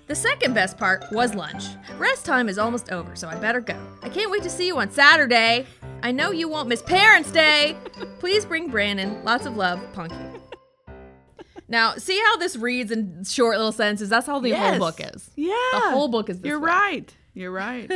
[SPEAKER 2] The second best part was lunch. Rest time is almost over, so I better go. I can't wait to see you on Saturday. I know you won't miss Parents' *laughs* Day. Please bring Brandon. Lots of love, Punky. Now, see how this reads in short little sentences? That's how the
[SPEAKER 1] Yes.
[SPEAKER 2] whole book is.
[SPEAKER 1] Yeah.
[SPEAKER 2] The whole book is this.
[SPEAKER 1] You're
[SPEAKER 2] way.
[SPEAKER 1] right.
[SPEAKER 2] *laughs*
[SPEAKER 1] You're right.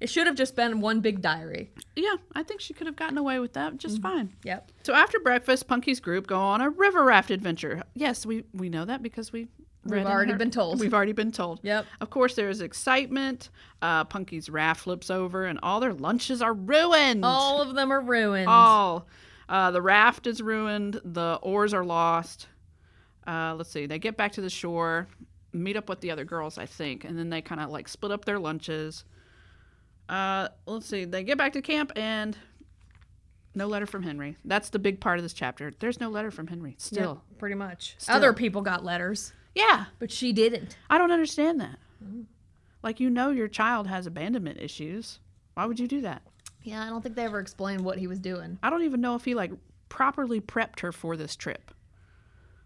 [SPEAKER 2] It should have just been one big diary.
[SPEAKER 1] yeah, I think she could have gotten away with that
[SPEAKER 2] Mm-hmm.
[SPEAKER 1] just fine.
[SPEAKER 2] Yep.
[SPEAKER 1] So after breakfast, Punky's group go on a river raft adventure. Yes, we we know that because we
[SPEAKER 2] We've
[SPEAKER 1] read in
[SPEAKER 2] already
[SPEAKER 1] her-
[SPEAKER 2] been told.
[SPEAKER 1] We've already been told.
[SPEAKER 2] Yep.
[SPEAKER 1] Of course, there is excitement. Uh, Punky's raft flips over, and all their lunches are ruined.
[SPEAKER 2] All of them are ruined.
[SPEAKER 1] All. Uh, the raft is ruined. The oars are lost. Uh, let's see. They get back to the shore, meet up with the other girls, I think, and then they kind of like split up their lunches. Uh, let's see. They get back to camp and no letter from Henry. That's the big part of this chapter. There's no letter from Henry
[SPEAKER 2] Yep,
[SPEAKER 1] still.
[SPEAKER 2] pretty much.
[SPEAKER 1] Still.
[SPEAKER 2] Other people got letters,
[SPEAKER 1] Yeah,
[SPEAKER 2] but she didn't.
[SPEAKER 1] I don't understand that.
[SPEAKER 2] Mm.
[SPEAKER 1] Like you know, your child has abandonment issues. Why would you do that?
[SPEAKER 2] Yeah, I don't think they ever explained what he was doing.
[SPEAKER 1] I don't even know if he like properly prepped her for this trip.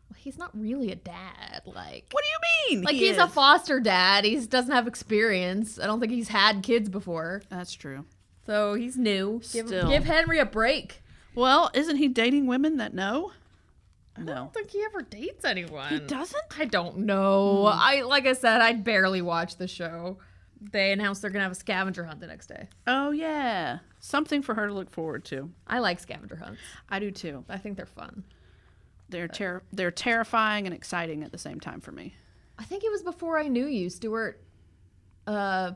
[SPEAKER 2] Well, he's not really a dad. Like,
[SPEAKER 1] What do you mean?
[SPEAKER 2] like
[SPEAKER 1] He
[SPEAKER 2] he's
[SPEAKER 1] is.
[SPEAKER 2] a foster dad. He doesn't have experience. I don't think he's had kids before,
[SPEAKER 1] That's true.
[SPEAKER 2] so he's new. Give,
[SPEAKER 1] Still.
[SPEAKER 2] give Henry a break.
[SPEAKER 1] Well, isn't he dating women that know?
[SPEAKER 2] I
[SPEAKER 1] No. Mm.
[SPEAKER 2] don't think he ever dates anyone.
[SPEAKER 1] He doesn't?
[SPEAKER 2] Hmm. I don't know. I like I said, I barely watch the show. they announced they're gonna have a scavenger hunt the next day.
[SPEAKER 1] Oh yeah, something for her to look forward to.
[SPEAKER 2] I like scavenger hunts.
[SPEAKER 1] I do too.
[SPEAKER 2] I think they're fun.
[SPEAKER 1] They're ter- they're terrifying and exciting at the same time for me.
[SPEAKER 2] I think it was before I knew you, Stuart. Uh,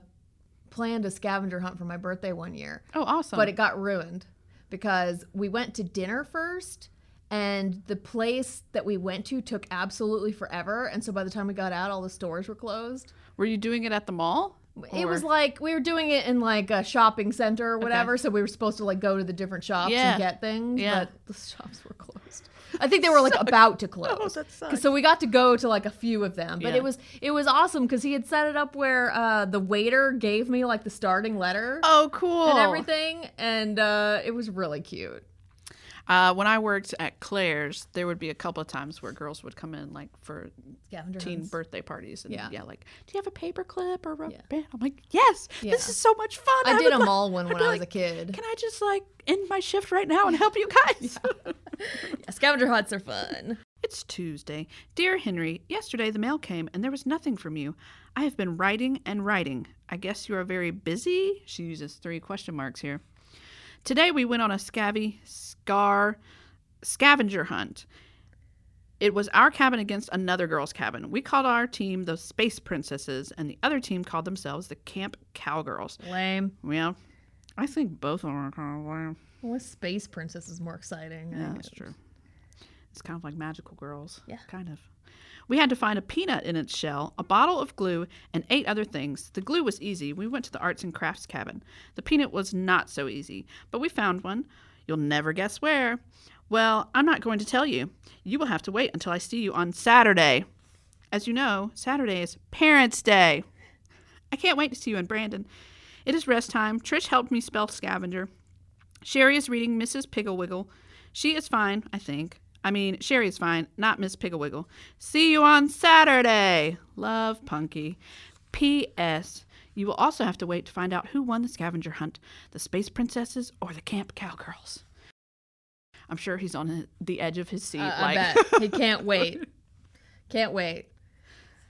[SPEAKER 2] planned a scavenger hunt for my birthday one year.
[SPEAKER 1] Oh, awesome!
[SPEAKER 2] but it got ruined because we went to dinner first and the place that we went to took absolutely forever and so by the time we got out all the stores were closed
[SPEAKER 1] Were you doing it at the mall?
[SPEAKER 2] it was
[SPEAKER 1] Or-
[SPEAKER 2] like we were doing it in like a shopping center or whatever so we were supposed to like go to the different shops
[SPEAKER 1] Yeah.
[SPEAKER 2] and get things
[SPEAKER 1] Yeah. Oh,
[SPEAKER 2] but the shops were closed i think they
[SPEAKER 1] *laughs*
[SPEAKER 2] were like about to close
[SPEAKER 1] that
[SPEAKER 2] 'Cause
[SPEAKER 1] sucks.
[SPEAKER 2] so we got to go to like a few of them but
[SPEAKER 1] Yeah.
[SPEAKER 2] it was it was awesome because he had set it up where uh, the waiter gave me like the starting letter
[SPEAKER 1] oh, cool!
[SPEAKER 2] and everything, and uh, it was really cute.
[SPEAKER 1] Uh, when I worked at Claire's, there would be a couple of times where girls would come in like for
[SPEAKER 2] Scavenger
[SPEAKER 1] teen
[SPEAKER 2] hunts.
[SPEAKER 1] birthday parties, and
[SPEAKER 2] Yeah.
[SPEAKER 1] yeah, like, do you have a paper clip or a rubber
[SPEAKER 2] Yeah.
[SPEAKER 1] band? I'm like, yes,
[SPEAKER 2] Yeah.
[SPEAKER 1] this is so much fun.
[SPEAKER 2] I
[SPEAKER 1] would
[SPEAKER 2] did a
[SPEAKER 1] like-
[SPEAKER 2] mall one
[SPEAKER 1] I'd
[SPEAKER 2] when
[SPEAKER 1] be
[SPEAKER 2] I was a
[SPEAKER 1] like,
[SPEAKER 2] kid.
[SPEAKER 1] Can I just like end my shift right now and help you *laughs* guys?
[SPEAKER 2] scavenger hunts are fun.
[SPEAKER 1] It's Tuesday. Dear Henry, yesterday the mail came and there was nothing from you. I have been writing and writing. I guess you are very busy. She uses three question marks here. Today we went on a scabby scar scavenger hunt. It was our cabin against another girl's cabin. We called our team the Space Princesses, and the other team called themselves the Camp Cowgirls.
[SPEAKER 2] *laughs* Lame.
[SPEAKER 1] Well, I think both of them are kind of lame.
[SPEAKER 2] Well, Space Princess is more exciting.
[SPEAKER 1] Yeah, that's true. It's kind of like magical girls.
[SPEAKER 2] Yeah.
[SPEAKER 1] Kind of. We had to find a peanut in its shell, a bottle of glue, and eight other things. The glue was easy. We went to the arts and crafts cabin. The peanut was not so easy, but we found one. You'll never guess where. Well, I'm not going to tell you. You will have to wait until I see you on Saturday. As you know, Saturday is Parents' Day. I can't wait to see you and Brandon. It is rest time. Trish helped me spell scavenger. Sherry is reading Mrs. Pigglewiggle. She is fine, I think. I mean, Sherry is fine, not Miss Pigglewiggle. See you on Saturday. Love, Punky. P.S. You will also have to wait to find out who won the scavenger hunt the Space Princesses or the Camp Cowgirls. I'm sure he's on the edge of his seat.
[SPEAKER 2] Uh,
[SPEAKER 1] like,
[SPEAKER 2] I bet he can't wait. Can't wait.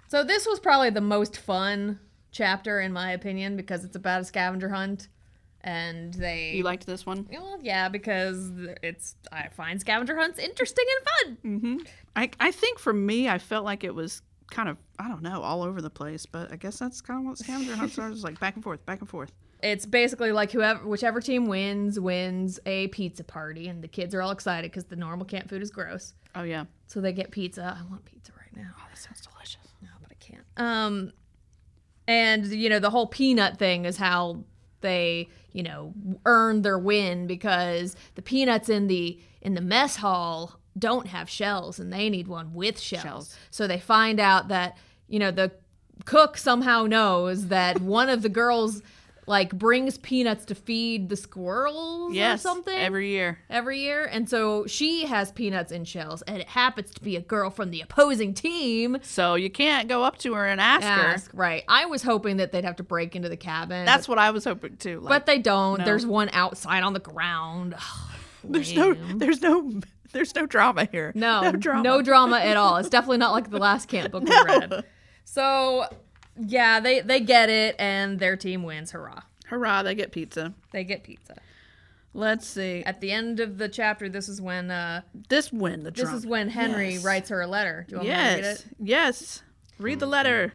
[SPEAKER 2] So this was probably the most fun chapter in my opinion because it's about a scavenger hunt, and they
[SPEAKER 1] *laughs* you liked this one?
[SPEAKER 2] Well, yeah, because it's I find scavenger hunts interesting and fun.
[SPEAKER 1] hmm I, I think for me, I felt like it was kind of, I don't know, all over the place, but I guess that's kind of what scavenger hunts are. It's like back and forth, back and forth.
[SPEAKER 2] it's basically like whoever whichever team wins wins a pizza party and the kids are all excited because the normal camp food is gross
[SPEAKER 1] Oh, yeah.
[SPEAKER 2] so they get pizza i want pizza right now
[SPEAKER 1] Oh, that sounds delicious.
[SPEAKER 2] no but i can't um and you know the whole peanut thing is how they you know earn their win because the peanuts in the in the mess hall don't have shells and they need one with shells,
[SPEAKER 1] Shells.
[SPEAKER 2] so they find out that you know the cook somehow knows that
[SPEAKER 1] *laughs*
[SPEAKER 2] one of the girls like brings peanuts to feed the squirrels
[SPEAKER 1] yes,
[SPEAKER 2] or something
[SPEAKER 1] every year.
[SPEAKER 2] every year. And so she has peanuts in shells, and it happens to be a girl from the opposing team.
[SPEAKER 1] So you can't go up to her and ask, her.
[SPEAKER 2] Ask, right. I was hoping that they'd have to break into the cabin.
[SPEAKER 1] That's what I was hoping too.
[SPEAKER 2] but,
[SPEAKER 1] Like,
[SPEAKER 2] but they don't.
[SPEAKER 1] No.
[SPEAKER 2] There's one outside on the ground. *sighs* Ugh,
[SPEAKER 1] there's no,
[SPEAKER 2] lame.
[SPEAKER 1] there's no, there's no drama here.
[SPEAKER 2] No,
[SPEAKER 1] *laughs* no drama.
[SPEAKER 2] No drama at all. It's definitely not like the last camp
[SPEAKER 1] *laughs*
[SPEAKER 2] book we read. So, yeah, they they get it and their team wins. Hurrah.
[SPEAKER 1] Hurrah! They get pizza.
[SPEAKER 2] They get pizza.
[SPEAKER 1] Let's see.
[SPEAKER 2] At the end of the chapter, this is when uh
[SPEAKER 1] This win the
[SPEAKER 2] this
[SPEAKER 1] drama.
[SPEAKER 2] is when Henry
[SPEAKER 1] Yes.
[SPEAKER 2] writes her a letter. Do you want me to read
[SPEAKER 1] Yes,
[SPEAKER 2] it?
[SPEAKER 1] yes. Read the letter.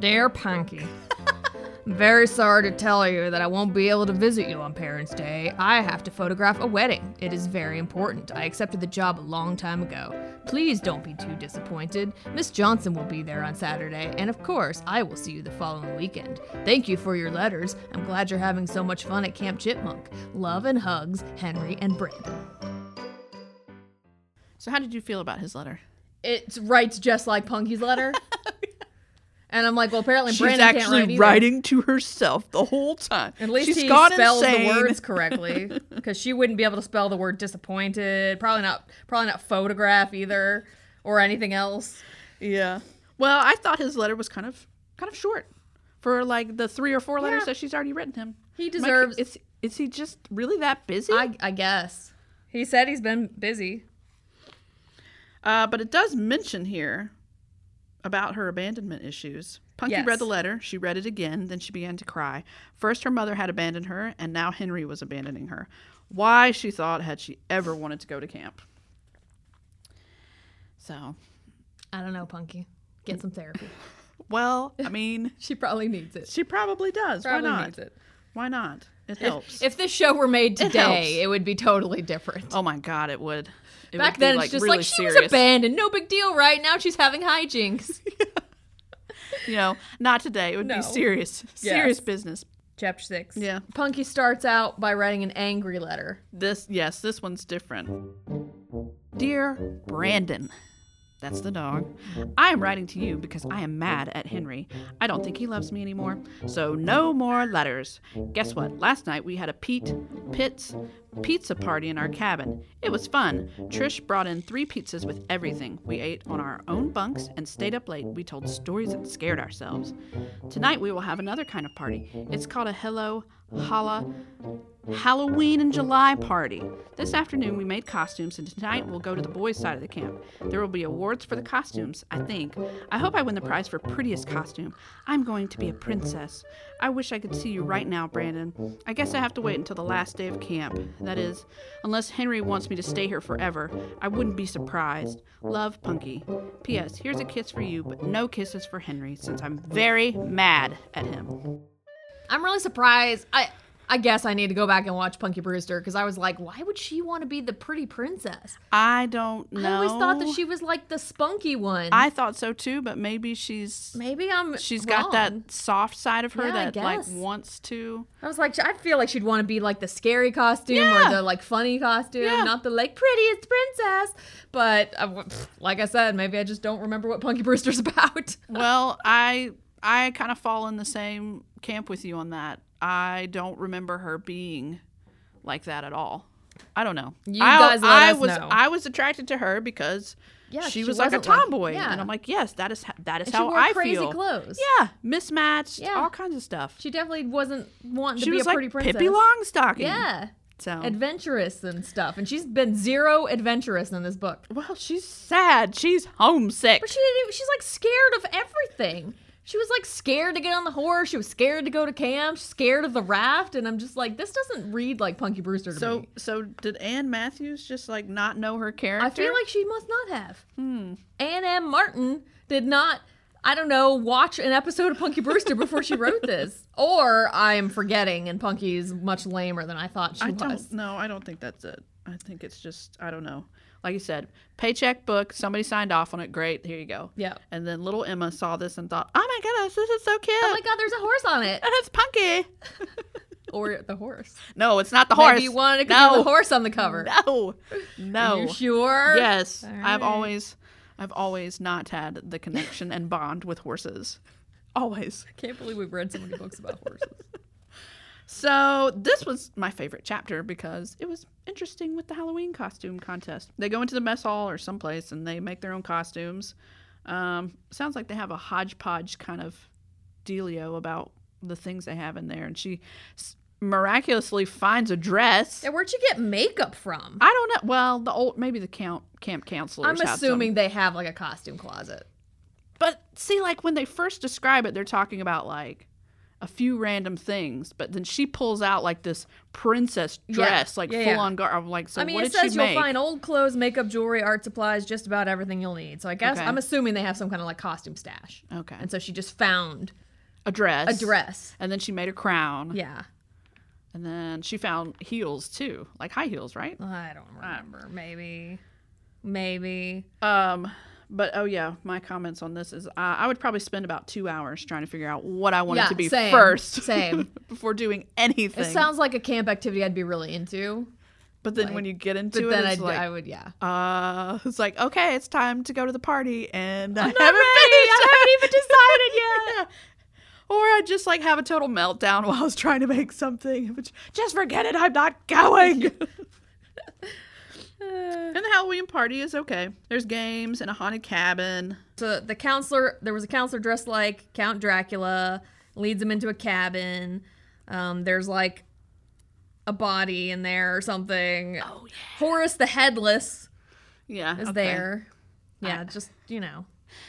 [SPEAKER 2] Dear Punky, I'm very sorry to tell you that I won't be able to visit you on Parents' Day. I have to photograph a wedding. It is very important. I accepted the job a long time ago. Please don't be too disappointed. Miss Johnson will be there on Saturday, and of course, I will see you the following weekend. Thank you for your letters. I'm glad you're having so much fun at Camp Chipmunk. Love and hugs, Henry and Brandon.
[SPEAKER 1] So, how did you feel about his letter?
[SPEAKER 2] It writes just like Punky's *laughs* letter. And I'm like, well, apparently
[SPEAKER 1] She's
[SPEAKER 2] Brandon can't write
[SPEAKER 1] actually
[SPEAKER 2] either.
[SPEAKER 1] writing to herself the whole time.
[SPEAKER 2] At least
[SPEAKER 1] She's
[SPEAKER 2] he
[SPEAKER 1] gone
[SPEAKER 2] spells
[SPEAKER 1] insane. *laughs*
[SPEAKER 2] the words correctly, *laughs* because she wouldn't be able to spell the word disappointed. Probably not. Probably not photograph either, or anything else.
[SPEAKER 1] Yeah. Well, I thought his letter was kind of kind of short for like the three or four letters
[SPEAKER 2] Yeah.
[SPEAKER 1] that she's already written him.
[SPEAKER 2] He
[SPEAKER 1] Mike,
[SPEAKER 2] deserves-
[SPEAKER 1] is is he just really that busy?
[SPEAKER 2] I, I guess he said he's been busy.
[SPEAKER 1] uh, but it does mention here about her abandonment issues. Punky
[SPEAKER 3] Yes.
[SPEAKER 1] read the letter. She read it again. Then she began to cry. First, her mother had abandoned her, and now Henry was abandoning her. Why, she thought, had she ever wanted to go to camp? So,
[SPEAKER 3] I don't know, Punky. Get some therapy.
[SPEAKER 2] *laughs*
[SPEAKER 1] *laughs* well, I mean,
[SPEAKER 3] she probably needs it.
[SPEAKER 1] she probably does.
[SPEAKER 3] Probably
[SPEAKER 1] Why not?
[SPEAKER 3] needs it.
[SPEAKER 1] Why not?
[SPEAKER 2] *laughs*
[SPEAKER 1] It helps.
[SPEAKER 2] If this show were made
[SPEAKER 1] helps.
[SPEAKER 2] today, it, would be totally different.
[SPEAKER 1] oh my God, it would. It
[SPEAKER 2] Back
[SPEAKER 1] would be,
[SPEAKER 2] then, it's just
[SPEAKER 1] really
[SPEAKER 2] like she was
[SPEAKER 1] serious.
[SPEAKER 2] abandoned. No big deal, right? Now she's having *laughs* hijinks.
[SPEAKER 1] You know, not today. It would
[SPEAKER 3] No.
[SPEAKER 1] be serious, serious business.
[SPEAKER 3] Chapter six.
[SPEAKER 1] Yeah.
[SPEAKER 2] Punky starts out by writing an angry letter.
[SPEAKER 1] This, yes, this one's different. Dear Brandon, that's the dog. I am writing to you because I am mad at Henry. I don't think he loves me anymore. So no more letters. Guess what? Last night we had a Pete Pitts pizza party in our cabin. It was fun. Trish brought in three pizzas with everything. We ate on our own bunks and stayed up late. We told stories and scared ourselves. Tonight we will have another kind of party. It's called a Hello Holla Halloween in July party. This afternoon we made costumes, and tonight we'll go to the boys' side of the camp. There will be awards for the costumes, I think. I hope I win the prize for prettiest costume. I'm going to be a princess. I wish I could see you right now, Brandon. I guess I have to wait until the last day of camp. That is, unless Henry wants me to stay here forever, I wouldn't be surprised. Love, Punky. P.S. Here's a kiss for you, but no kisses for Henry, since I'm very mad at him.
[SPEAKER 2] I'm really surprised. I I guess I need to go back and watch Punky Brewster because I was like, why would she want to be the pretty princess?
[SPEAKER 1] I don't know.
[SPEAKER 2] I always thought that she was like the spunky one.
[SPEAKER 1] I thought so too, but maybe she's
[SPEAKER 2] maybe I'm
[SPEAKER 1] she's got
[SPEAKER 2] wrong.
[SPEAKER 1] that soft side of her
[SPEAKER 2] Yeah, I
[SPEAKER 1] that like
[SPEAKER 2] guess.
[SPEAKER 1] wants to.
[SPEAKER 2] I was like, I feel like she'd want to be like the scary costume
[SPEAKER 1] Yeah.
[SPEAKER 2] or the like funny costume,
[SPEAKER 1] Yeah.
[SPEAKER 2] not the like prettiest princess. But I w like I said, maybe I just don't remember what Punky Brewster's *laughs* about.
[SPEAKER 1] Well, I I kind of fall in the same camp with you on that. I don't remember her being like that at all. I don't know.
[SPEAKER 2] You
[SPEAKER 1] I,
[SPEAKER 2] guys let
[SPEAKER 1] I
[SPEAKER 2] us
[SPEAKER 1] was
[SPEAKER 2] know.
[SPEAKER 1] I was attracted to her because
[SPEAKER 2] Yeah,
[SPEAKER 1] she,
[SPEAKER 2] she
[SPEAKER 1] was like a
[SPEAKER 2] wasn't like-
[SPEAKER 1] tomboy,
[SPEAKER 2] yeah.
[SPEAKER 1] and I'm like, yes, that is ho- that is
[SPEAKER 2] And she
[SPEAKER 1] how
[SPEAKER 2] wore
[SPEAKER 1] I
[SPEAKER 2] crazy
[SPEAKER 1] feel.
[SPEAKER 2] clothes.
[SPEAKER 1] Yeah, mismatched,
[SPEAKER 2] Yeah.
[SPEAKER 1] all kinds of stuff.
[SPEAKER 2] She definitely wasn't wanting
[SPEAKER 1] She,
[SPEAKER 2] to be
[SPEAKER 1] was
[SPEAKER 2] a pretty
[SPEAKER 1] like
[SPEAKER 2] princess.
[SPEAKER 1] Pippi Longstocking.
[SPEAKER 2] Yeah.
[SPEAKER 1] So
[SPEAKER 2] Adventurous and stuff. And she's been zero adventurous in this book.
[SPEAKER 1] well, she's sad. She's homesick.
[SPEAKER 2] But she didn't even, she's like scared of everything. She was like scared to get on the horse. She was scared to go to camp. She's scared of the raft. And I'm just like, this doesn't read like Punky Brewster to
[SPEAKER 1] So
[SPEAKER 2] me.
[SPEAKER 1] so did Ann Matthews just like not know her character?
[SPEAKER 2] I feel like she must not have. Hmm. Anne M. Martin did not, I don't know, watch an episode of Punky Brewster before
[SPEAKER 1] *laughs*
[SPEAKER 2] she wrote this. Or I'm forgetting, and Punky's much lamer than I thought she
[SPEAKER 1] I
[SPEAKER 2] was.
[SPEAKER 1] don't know. I don't think that's it. I think it's just I don't know. Like you said, paycheck book. Somebody signed off on it. Great, here you go.
[SPEAKER 2] Yeah.
[SPEAKER 1] And then little Emma saw this and thought, "Oh my goodness, this is so cute.
[SPEAKER 2] Oh my god, there's a horse on it.
[SPEAKER 1] and it's
[SPEAKER 2] *laughs*
[SPEAKER 1] punky."
[SPEAKER 2] or the horse.
[SPEAKER 1] No, it's not the horse.
[SPEAKER 2] Maybe you wanted to
[SPEAKER 1] no.
[SPEAKER 2] put the horse on the cover.
[SPEAKER 1] *laughs*
[SPEAKER 2] *laughs*
[SPEAKER 1] No, no.
[SPEAKER 2] You sure?
[SPEAKER 1] Yes, I've
[SPEAKER 2] right.
[SPEAKER 1] always, I've always not had the connection and bond with horses.
[SPEAKER 2] *laughs*
[SPEAKER 1] Always.
[SPEAKER 2] Can't believe we've read so many books about horses.
[SPEAKER 1] So this was my favorite chapter because it was interesting with the Halloween costume contest. They go into the mess hall or someplace and they make their own costumes. Um, sounds like they have a hodgepodge kind of dealio about the things they have in there. And she s- miraculously finds a dress.
[SPEAKER 2] and where'd you get makeup from?
[SPEAKER 1] I don't know. Well, the old maybe the count camp counselors.
[SPEAKER 2] I'm
[SPEAKER 1] had some.
[SPEAKER 2] assuming they have like a costume closet.
[SPEAKER 1] But see, like when they first describe it, they're talking about like a few random things, but then she pulls out like this princess dress, like
[SPEAKER 2] Yeah, yeah.
[SPEAKER 1] full on garb. I'm like, so
[SPEAKER 2] I mean,
[SPEAKER 1] what did
[SPEAKER 2] it
[SPEAKER 1] she
[SPEAKER 2] says you'll
[SPEAKER 1] make?
[SPEAKER 2] find old clothes, makeup, jewelry, art supplies, just about everything you'll need. So I guess
[SPEAKER 1] Okay.
[SPEAKER 2] I'm assuming they have some kind of like costume stash.
[SPEAKER 1] Okay.
[SPEAKER 2] And so she just found
[SPEAKER 1] a dress.
[SPEAKER 2] a dress.
[SPEAKER 1] And then she made a crown.
[SPEAKER 2] Yeah.
[SPEAKER 1] And then she found heels too, like high heels, right?
[SPEAKER 2] I don't remember. Maybe. Maybe.
[SPEAKER 1] Um, but oh yeah, my comments on this is uh, I would probably spend about two hours trying to figure out what I wanted
[SPEAKER 2] Yeah,
[SPEAKER 1] to be
[SPEAKER 2] same,
[SPEAKER 1] first, *laughs*
[SPEAKER 2] same.
[SPEAKER 1] before doing anything.
[SPEAKER 2] It sounds like a camp activity I'd be really into.
[SPEAKER 1] but then when you get into
[SPEAKER 2] But
[SPEAKER 1] it,
[SPEAKER 2] then
[SPEAKER 1] it's
[SPEAKER 2] I'd,
[SPEAKER 1] like,
[SPEAKER 2] I would, yeah.
[SPEAKER 1] uh, it's like, okay, it's time to go to the party, and I haven't
[SPEAKER 2] not ready.
[SPEAKER 1] finished.
[SPEAKER 2] I haven't even
[SPEAKER 1] *laughs*
[SPEAKER 2] decided
[SPEAKER 1] yet. Or I just like have a total meltdown *laughs* while I was trying to make something. Which, just forget it. I'm not
[SPEAKER 2] *laughs*
[SPEAKER 1] going. and the Halloween party is okay. There's games and a haunted cabin.
[SPEAKER 2] So the counselor, there was a counselor dressed like Count Dracula, leads him into a cabin. Um, there's like a body in there or something. Oh yeah. Horace the Headless
[SPEAKER 1] Yeah,
[SPEAKER 2] is
[SPEAKER 1] okay.
[SPEAKER 2] there. Yeah, just you know,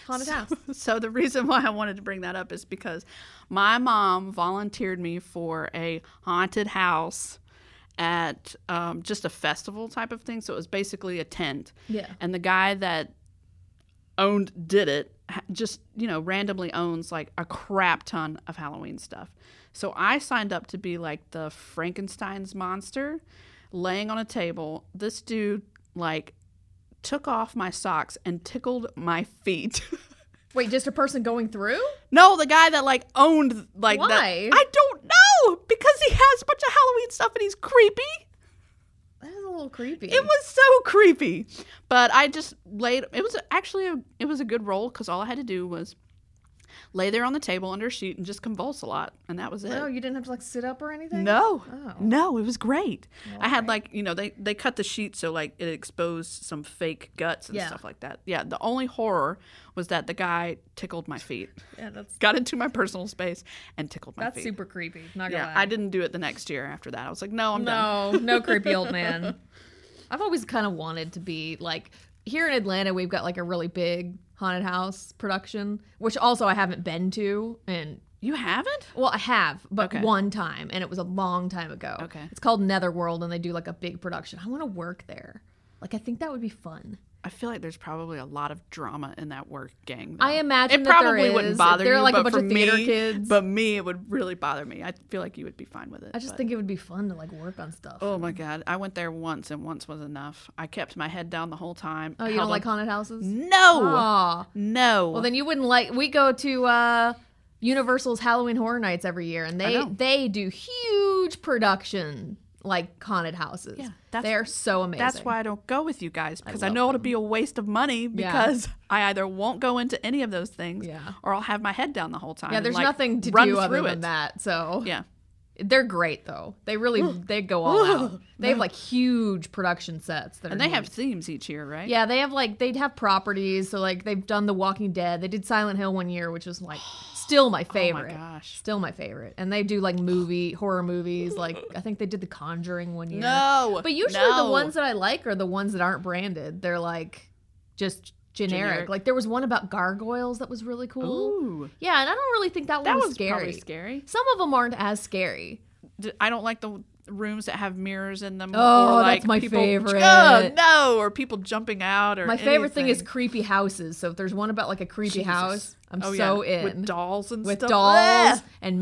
[SPEAKER 2] Haunted house. *laughs*
[SPEAKER 1] *laughs* So the reason why I wanted to bring that up is because my mom volunteered me for a haunted house at um, just a festival type of thing. So it was basically a tent.
[SPEAKER 2] Yeah.
[SPEAKER 1] And the guy that owned did it ha- just you know randomly owns like a crap ton of Halloween stuff. So I signed up to be like the Frankenstein's monster laying on a table. This dude like took off my socks and tickled my feet. *laughs*
[SPEAKER 2] Wait, just a person going through?
[SPEAKER 1] no, the guy that like owned like that-
[SPEAKER 2] Why?
[SPEAKER 1] I don't know because he has a bunch of Halloween stuff and he's creepy.
[SPEAKER 2] That is a little creepy.
[SPEAKER 1] It was so creepy. But I just laid it was actually a, it was a good role cuz all I had to do was lay there on the table under a sheet and just convulse a lot and that was it.
[SPEAKER 2] Oh, you didn't have to like sit up or anything?
[SPEAKER 1] No,
[SPEAKER 2] Oh.
[SPEAKER 1] no, it was great. I had like you know they they cut the sheet so like it exposed some fake guts and
[SPEAKER 2] Yeah.
[SPEAKER 1] stuff like that. Yeah, the only horror was that the guy tickled my feet,
[SPEAKER 2] Yeah, that's
[SPEAKER 1] got into my personal space and tickled my
[SPEAKER 2] that's
[SPEAKER 1] feet.
[SPEAKER 2] super creepy. Not gonna
[SPEAKER 1] yeah,
[SPEAKER 2] lie.
[SPEAKER 1] I didn't do it the next year after that. I was like, no, I'm done.
[SPEAKER 2] No, no
[SPEAKER 1] *laughs*
[SPEAKER 2] creepy old man. I've always kind of wanted to be like here in Atlanta. We've got like a really big haunted house production, which also I haven't been to, and
[SPEAKER 1] You haven't?
[SPEAKER 2] well, I have, but
[SPEAKER 1] Okay.
[SPEAKER 2] one time, and it was a long time ago.
[SPEAKER 1] Okay.
[SPEAKER 2] it's called Netherworld, and they do like a big production. I want to work there. Like I think that would be fun.
[SPEAKER 1] I feel like there's probably a lot of drama in that work gang.
[SPEAKER 2] I
[SPEAKER 1] though.
[SPEAKER 2] imagine
[SPEAKER 1] it
[SPEAKER 2] that there
[SPEAKER 1] probably wouldn't
[SPEAKER 2] is.
[SPEAKER 1] bother
[SPEAKER 2] They're
[SPEAKER 1] you,
[SPEAKER 2] like a
[SPEAKER 1] but
[SPEAKER 2] bunch
[SPEAKER 1] for
[SPEAKER 2] of theater
[SPEAKER 1] me-
[SPEAKER 2] kids.
[SPEAKER 1] But me, it would really bother me. I feel like you would be fine with it.
[SPEAKER 2] I just
[SPEAKER 1] but-
[SPEAKER 2] think it would be fun to like work on stuff.
[SPEAKER 1] Oh my god, I went there once and once was enough. I kept my head down the whole time.
[SPEAKER 2] oh, you
[SPEAKER 1] held
[SPEAKER 2] don't like
[SPEAKER 1] on-
[SPEAKER 2] haunted houses?
[SPEAKER 1] No.
[SPEAKER 2] Aw.
[SPEAKER 1] No.
[SPEAKER 2] Well, then you wouldn't like. We go to uh, Universal's Halloween Horror Nights every year, and they
[SPEAKER 1] know.
[SPEAKER 2] they do huge production like haunted houses.
[SPEAKER 1] Yeah, that's-
[SPEAKER 2] they're so amazing.
[SPEAKER 1] that's why I don't go with you guys because I,
[SPEAKER 2] love
[SPEAKER 1] know it'll be a waste of money because I either won't go into any of those things
[SPEAKER 2] Yeah.
[SPEAKER 1] or I'll have my head down the whole time.
[SPEAKER 2] Yeah,
[SPEAKER 1] and,
[SPEAKER 2] there's
[SPEAKER 1] like,
[SPEAKER 2] nothing to
[SPEAKER 1] run
[SPEAKER 2] do other
[SPEAKER 1] through
[SPEAKER 2] than
[SPEAKER 1] it.
[SPEAKER 2] that. So
[SPEAKER 1] Yeah.
[SPEAKER 2] they're great though. They really they go all out. They have like huge production sets. That
[SPEAKER 1] And
[SPEAKER 2] are
[SPEAKER 1] they have
[SPEAKER 2] huge.
[SPEAKER 1] themes each year, right?
[SPEAKER 2] Mm-hmm. Yeah, they have like they'd have properties. So like they've done The Walking Dead. They did Silent Hill one year, which was like
[SPEAKER 1] *gasps*
[SPEAKER 2] still my favorite.
[SPEAKER 1] Oh gosh.
[SPEAKER 2] still my favorite. And they do like movie horror movies. Like I think they did The Conjuring one year.
[SPEAKER 1] No,
[SPEAKER 2] but usually the
[SPEAKER 1] no.
[SPEAKER 2] ones that I like are the ones that aren't branded. They're like just generic.
[SPEAKER 1] Generic.
[SPEAKER 2] Like there was one about gargoyles that was really cool.
[SPEAKER 1] Ooh.
[SPEAKER 2] Yeah, and I don't really think that,
[SPEAKER 1] That
[SPEAKER 2] one was,
[SPEAKER 1] was
[SPEAKER 2] scary.
[SPEAKER 1] probably scary.
[SPEAKER 2] Some of them aren't as scary.
[SPEAKER 1] D- I don't like the rooms that have mirrors in them.
[SPEAKER 2] Oh,
[SPEAKER 1] or
[SPEAKER 2] that's
[SPEAKER 1] like
[SPEAKER 2] my
[SPEAKER 1] people,
[SPEAKER 2] favorite.
[SPEAKER 1] Oh, no, or people jumping out or
[SPEAKER 2] My favorite thing is
[SPEAKER 1] anything.
[SPEAKER 2] creepy houses. So if there's one about like a creepy
[SPEAKER 1] Jesus.
[SPEAKER 2] house, I'm
[SPEAKER 1] Oh,
[SPEAKER 2] so
[SPEAKER 1] yeah.
[SPEAKER 2] in.
[SPEAKER 1] with dolls and
[SPEAKER 2] with
[SPEAKER 1] stuff. Ah!
[SPEAKER 2] dolls
[SPEAKER 1] Blech.
[SPEAKER 2] and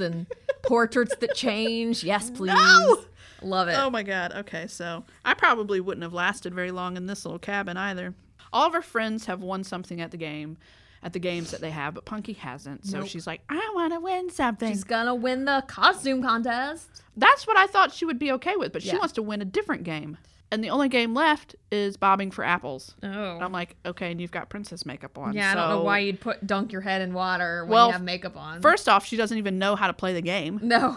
[SPEAKER 1] *laughs*
[SPEAKER 2] and portraits that change. Yes, please. Love it.
[SPEAKER 1] Oh my god. Okay, so I probably wouldn't have lasted very long in this little cabin either. All of our friends have won something at the game, at the games that they have, but Punky hasn't. So she's like, I want to win something.
[SPEAKER 2] She's gonna win the costume contest.
[SPEAKER 1] That's what I thought she would be okay with, but she
[SPEAKER 2] Yeah.
[SPEAKER 1] wants to win a different game. And the only game left is bobbing for apples. And
[SPEAKER 2] Oh.
[SPEAKER 1] I'm like, okay, and you've got princess makeup on.
[SPEAKER 2] Yeah, I don't know
[SPEAKER 1] so-
[SPEAKER 2] why you'd put dunk your head in water when
[SPEAKER 1] Well,
[SPEAKER 2] you have makeup on.
[SPEAKER 1] First off, she doesn't even know how to play the game.
[SPEAKER 2] *laughs* no.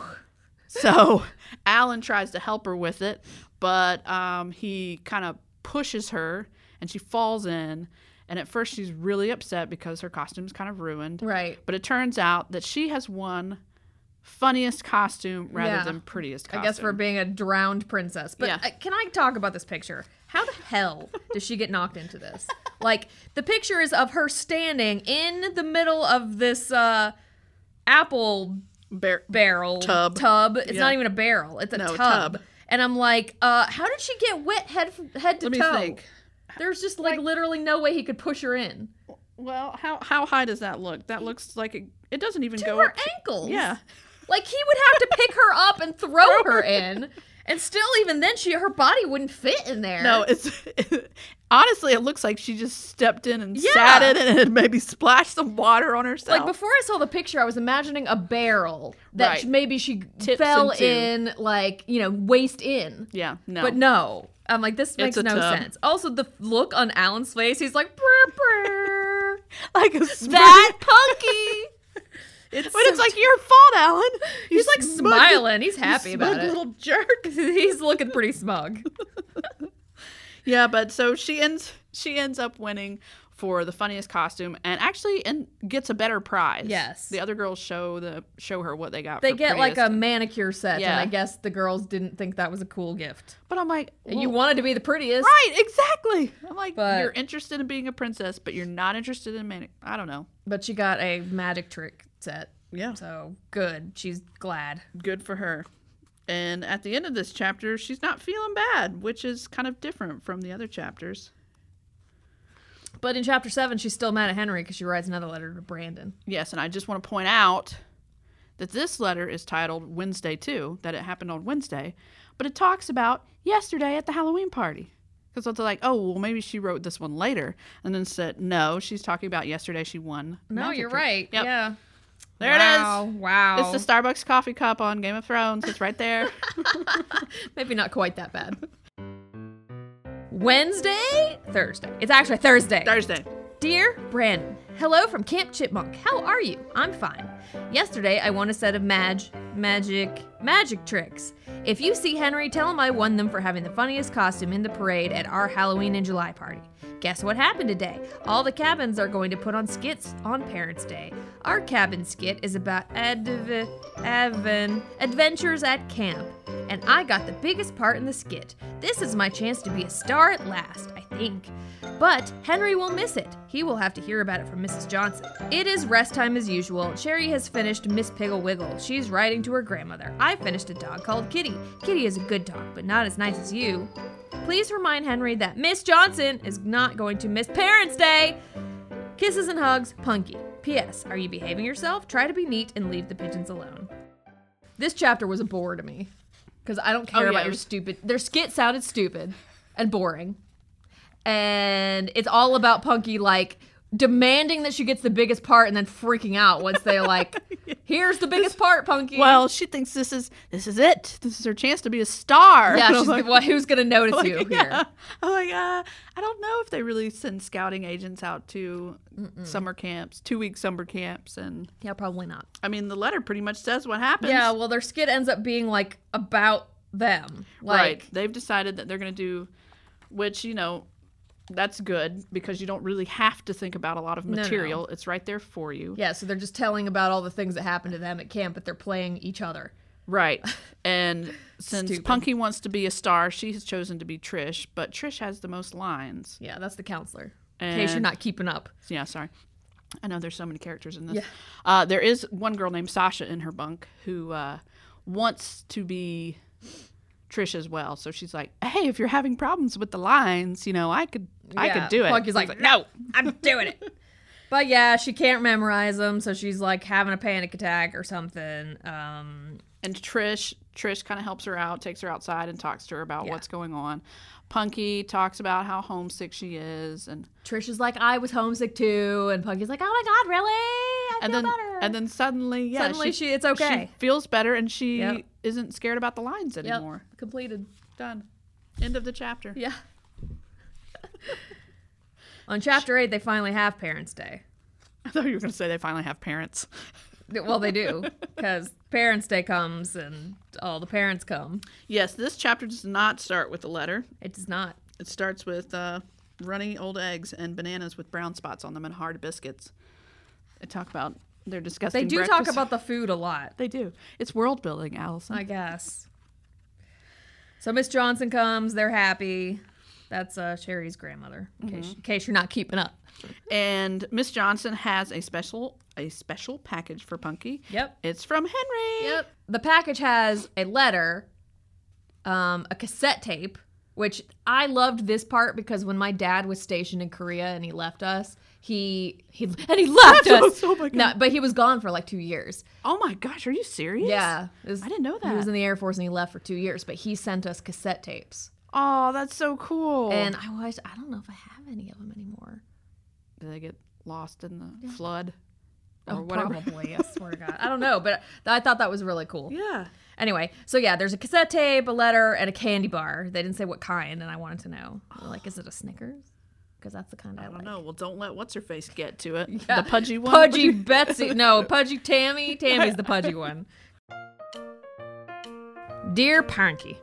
[SPEAKER 1] So Alan tries to help her with it, but um, he kind of pushes her and she falls in. And at first, she's really upset because her costume's kind of ruined.
[SPEAKER 2] Right.
[SPEAKER 1] But it turns out that she has won funniest costume rather
[SPEAKER 2] Yeah.
[SPEAKER 1] than prettiest costume.
[SPEAKER 2] I guess for being a drowned princess. But
[SPEAKER 1] Yeah.
[SPEAKER 2] uh, can I talk about this picture? How the hell does she get knocked into
[SPEAKER 1] *laughs*
[SPEAKER 2] this? Like the picture is of her standing in the middle of this uh apple
[SPEAKER 1] Bear-
[SPEAKER 2] barrel
[SPEAKER 1] Tub.
[SPEAKER 2] tub. It's not
[SPEAKER 1] Yeah.
[SPEAKER 2] even a barrel. It's a
[SPEAKER 1] No,
[SPEAKER 2] tub.
[SPEAKER 1] tub.
[SPEAKER 2] And I'm like, uh, how did she get wet head f- head to
[SPEAKER 1] Let me
[SPEAKER 2] toe?
[SPEAKER 1] think.
[SPEAKER 2] There's just like, literally no way he could push her in
[SPEAKER 1] Well, how how high does that look? That looks like it, it doesn't even
[SPEAKER 2] to
[SPEAKER 1] go
[SPEAKER 2] her
[SPEAKER 1] up. to-
[SPEAKER 2] ankles.
[SPEAKER 1] yeah.
[SPEAKER 2] like he would have to pick her up and throw her in, and still even then she her body wouldn't fit in there.
[SPEAKER 1] *laughs* No, it's *laughs* honestly, it looks like she just stepped in and
[SPEAKER 2] Yeah.
[SPEAKER 1] sat in it and maybe splashed some water on herself.
[SPEAKER 2] Like before I saw the picture, I was imagining a barrel that
[SPEAKER 1] Right.
[SPEAKER 2] maybe she
[SPEAKER 1] Tips
[SPEAKER 2] fell
[SPEAKER 1] into.
[SPEAKER 2] in, like you know, waist in.
[SPEAKER 1] yeah, no.
[SPEAKER 2] But no, I'm like this makes
[SPEAKER 1] a
[SPEAKER 2] no
[SPEAKER 1] tub.
[SPEAKER 2] sense. Also, the look on Alan's face, he's like, brr, brr.
[SPEAKER 1] *laughs* like a smirk.
[SPEAKER 2] *laughs* that punky.
[SPEAKER 1] It's but it's *laughs* like your fault, Alan.
[SPEAKER 2] He's like smiling. He's happy about it.
[SPEAKER 1] Little jerk.
[SPEAKER 2] *laughs* He's looking pretty smug.
[SPEAKER 1] Yeah, but so she ends. She ends up winning for the funniest costume, and actually, and gets a better prize.
[SPEAKER 2] Yes.
[SPEAKER 1] the other girls show the show her what they got.
[SPEAKER 2] They
[SPEAKER 1] for
[SPEAKER 2] get like
[SPEAKER 1] prettiest.
[SPEAKER 2] a manicure set, and
[SPEAKER 1] Yeah.
[SPEAKER 2] I guess the girls didn't think that was a cool gift.
[SPEAKER 1] But I'm like,
[SPEAKER 2] And you
[SPEAKER 1] well,
[SPEAKER 2] wanted to be the prettiest.
[SPEAKER 1] right? Exactly. I'm like,
[SPEAKER 2] But-
[SPEAKER 1] you're interested in being a princess, but you're not interested in manic. I don't know.
[SPEAKER 2] But she got a magic trick set.
[SPEAKER 1] Yeah.
[SPEAKER 2] So good. She's glad.
[SPEAKER 1] good for her. And at the end of this chapter, she's not feeling bad, which is kind of different from the other chapters.
[SPEAKER 2] But in chapter seven, she's still mad at Henry because she writes another letter to Brandon.
[SPEAKER 1] Yes, and I just want to point out that this letter is titled Wednesday Too, that it happened on Wednesday, but it talks about yesterday at the Halloween party. Because it's like, oh, well, maybe she wrote this one later. And then said, no, she's talking about yesterday she won.
[SPEAKER 2] No,
[SPEAKER 1] Magic
[SPEAKER 2] you're
[SPEAKER 1] Trick.
[SPEAKER 2] right.
[SPEAKER 1] Yep.
[SPEAKER 2] Yeah.
[SPEAKER 1] There
[SPEAKER 2] wow,
[SPEAKER 1] it is.
[SPEAKER 2] Wow.
[SPEAKER 1] It's the Starbucks coffee cup on Game of Thrones. It's right there.
[SPEAKER 2] *laughs* Maybe not quite that bad. Wednesday? Thursday. It's actually Thursday.
[SPEAKER 1] Thursday.
[SPEAKER 2] Dear Brandon, hello from Camp Chipmunk. How are you? I'm fine. Yesterday, I won a set of mag, magic, magic tricks. If you see Henry, tell him I won them for having the funniest costume in the parade at our Halloween in July party. Guess what happened today? All the cabins are going to put on skits on Parents' Day. Our cabin skit is about adv- adven- adventures at camp, and I got the biggest part in the skit. This is my chance to be a star at last, I think. But Henry will miss it. He will have to hear about it from Mrs. Johnson. It is rest time as usual. Cherry has finished Miss Piggle Wiggle. She's writing to her grandmother. I finished a dog called Kitty. Kitty is a good dog, but not as nice as you. Please remind Henry that Miss Johnson is not going to miss Parents' Day. Kisses and hugs, Punky. P.S. Are you behaving yourself? Try to be neat and leave the pigeons alone.
[SPEAKER 4] This chapter was a bore to me because I don't care
[SPEAKER 1] Oh, yeah,
[SPEAKER 4] about
[SPEAKER 1] it
[SPEAKER 4] your
[SPEAKER 1] was-
[SPEAKER 4] stupid. Their skit sounded stupid and boring, and it's all about Punky like demanding that she gets the biggest part and then freaking out once they
[SPEAKER 1] *laughs*
[SPEAKER 4] like, "Here's the biggest part, Punky."
[SPEAKER 1] Well, she thinks this is this is it. This is her chance to be a star. *laughs*
[SPEAKER 4] yeah,
[SPEAKER 1] And I'm
[SPEAKER 4] she's,
[SPEAKER 1] *laughs* like,
[SPEAKER 4] well, who's gonna notice you here?
[SPEAKER 1] yeah. I'm like, uh, I don't know if they really send scouting agents out to summer camps, two week summer camps, and
[SPEAKER 4] Yeah, probably not.
[SPEAKER 1] I mean the letter pretty much says what happens.
[SPEAKER 2] Yeah, well, their skit ends up being like about them. Like,
[SPEAKER 1] right. They've decided that they're going to do, which you know, that's good because you don't really have to think about a lot of
[SPEAKER 2] no.
[SPEAKER 1] material. It's right there for you.
[SPEAKER 2] Yeah, so they're just telling about all the things that happened to them at camp, but they're playing each other.
[SPEAKER 1] Right. *laughs* And since
[SPEAKER 2] Stupid.
[SPEAKER 1] Punky wants to be a star, she has chosen to be Trish, but Trish has the most lines.
[SPEAKER 2] Yeah, that's the counselor. In case you're
[SPEAKER 1] And-
[SPEAKER 2] not keeping up.
[SPEAKER 1] Yeah, sorry. I know there's so many characters in this.
[SPEAKER 2] Yeah.
[SPEAKER 1] Uh, there is one girl named Sasha in her bunk who uh, wants to be Trish as well. So she's like, "Hey, if you're having problems with the lines, you know, I could, I
[SPEAKER 2] Yeah,
[SPEAKER 1] could do it."
[SPEAKER 2] Punky's like,
[SPEAKER 1] "No."
[SPEAKER 2] *laughs* I'm doing it. But yeah, she can't memorize them, so she's like having a panic attack or something. Um,
[SPEAKER 1] And Trish, Trish kind of helps her out, takes her outside, and talks to her about
[SPEAKER 2] Yeah.
[SPEAKER 1] what's going on. Punky talks about how homesick she is, and
[SPEAKER 4] Trish is like, I was homesick too, and Punky's like, Oh my god, really? I
[SPEAKER 1] and
[SPEAKER 4] feel
[SPEAKER 1] then
[SPEAKER 4] better.
[SPEAKER 1] and then suddenly, yeah,
[SPEAKER 2] suddenly, she, it's okay.
[SPEAKER 1] she feels better, and she
[SPEAKER 2] Yep.
[SPEAKER 1] isn't scared about the lines
[SPEAKER 2] yep,
[SPEAKER 1] anymore.
[SPEAKER 2] completed.
[SPEAKER 1] Done. End of the chapter.
[SPEAKER 2] Yeah. *laughs* On chapter eight, they finally have Parents' Day.
[SPEAKER 1] *laughs* I thought you were going to say they finally have parents.
[SPEAKER 2] Well, they do because Parents' Day comes and all the parents come.
[SPEAKER 1] Yes, this chapter does not start with a letter.
[SPEAKER 2] It does not.
[SPEAKER 1] It starts with uh, runny old eggs and bananas with brown spots on them and hard biscuits. They talk about their disgusting.
[SPEAKER 2] They do talk
[SPEAKER 1] breakfast.
[SPEAKER 2] about the food a lot.
[SPEAKER 1] They do. It's world building, Allison.
[SPEAKER 2] I guess. So Miss Johnson comes. They're happy. That's uh, Sherry's grandmother. In, case, in case you're not keeping up.
[SPEAKER 1] and Miss Johnson has a special a special package for Punky.
[SPEAKER 2] Yep.
[SPEAKER 1] It's from Henry.
[SPEAKER 2] Yep. The package has a letter, um, a cassette tape, which I loved this part because when my dad was stationed in Korea and he left us, he he and he left
[SPEAKER 1] That's
[SPEAKER 2] us.
[SPEAKER 1] so- *laughs* oh my
[SPEAKER 2] No,
[SPEAKER 1] God.
[SPEAKER 2] but he was gone for like two years.
[SPEAKER 1] Oh my gosh, are you serious?
[SPEAKER 2] Yeah, it was-
[SPEAKER 1] I didn't know
[SPEAKER 2] He was
[SPEAKER 1] that.
[SPEAKER 2] in the Air Force and he left for two years, but he sent us cassette tapes.
[SPEAKER 1] Oh, that's so cool.
[SPEAKER 2] And I watched. I don't know if I have any of them anymore.
[SPEAKER 1] Did they get lost in the flood or
[SPEAKER 2] Oh,
[SPEAKER 1] whatever?
[SPEAKER 2] probably. I swear to God, I don't know, but I thought that was really cool.
[SPEAKER 1] *laughs* Yeah.
[SPEAKER 2] Anyway, so yeah, there's a cassette tape, a letter, and a candy bar. They didn't say what kind, and I wanted to know. They're like, is it a Snickers? Because that's the kind I,
[SPEAKER 1] I don't
[SPEAKER 2] like.
[SPEAKER 1] know. Well, don't let what's her face get to it.
[SPEAKER 2] Yeah.
[SPEAKER 1] The *laughs* pudgy one.
[SPEAKER 2] *laughs* Pudgy Betsy. No, Pudgy Tammy. Tammy's the
[SPEAKER 1] *laughs*
[SPEAKER 2] pudgy one. Dear Punky.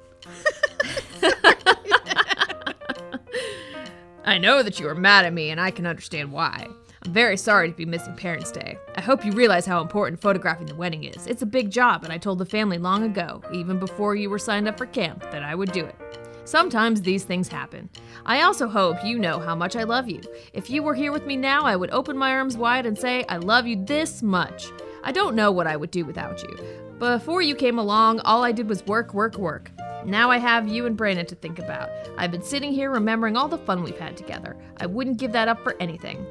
[SPEAKER 4] I know that you are mad at me, and I can understand why. I'm very sorry to be missing Parents' Day. I hope you realize how important photographing the wedding is. It's a big job, and I told the family long ago, even before you were signed up for camp, that I would do it. Sometimes these things happen. I also hope you know how much I love you. If you were here with me now, I would open my arms wide and say, I love you this much. I don't know what I would do without you. Before you came along, all I did was work, work, work. Now I have you and Brandon to think about. I've been sitting here remembering all the fun we've had together. I wouldn't give that up for anything.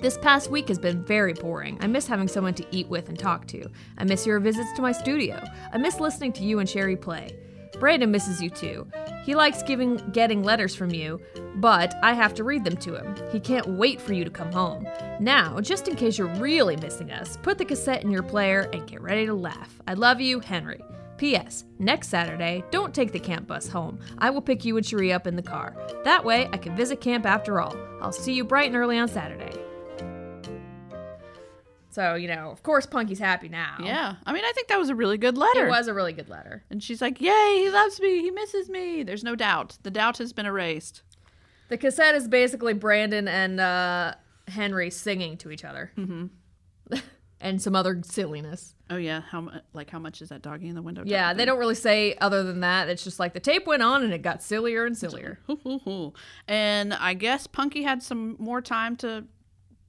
[SPEAKER 4] This past week has been very boring. I miss having someone to eat with and talk to. I miss your visits to my studio. I miss listening to you and Sherry play. Brandon misses you too. He likes giving getting letters from you, but I have to read them to him. He can't wait for you to come home. Now, just in case you're really missing us, put the cassette in your player and get ready to laugh. I love you, Henry. P.S. Next Saturday, don't take the camp bus home. I will pick you and Cherie up in the car. That way, I can visit camp after all. I'll see you bright and early on Saturday.
[SPEAKER 2] So, you know, of course Punky's happy now.
[SPEAKER 1] Yeah. I mean, I think that was a really good letter.
[SPEAKER 2] It was a really good letter.
[SPEAKER 1] And she's like, Yay, he loves me. He misses me. There's no doubt. The doubt has been erased.
[SPEAKER 2] The cassette is basically Brandon and uh, Henry singing to each other. Mm-hmm. *laughs*
[SPEAKER 4] And some other silliness.
[SPEAKER 1] Oh, yeah. How mu- Like, how much is that doggy in the window?
[SPEAKER 2] Yeah, they don't really say other than that. It's just like the tape went on and it got sillier and sillier.
[SPEAKER 1] don't. and I guess Punky had some more time to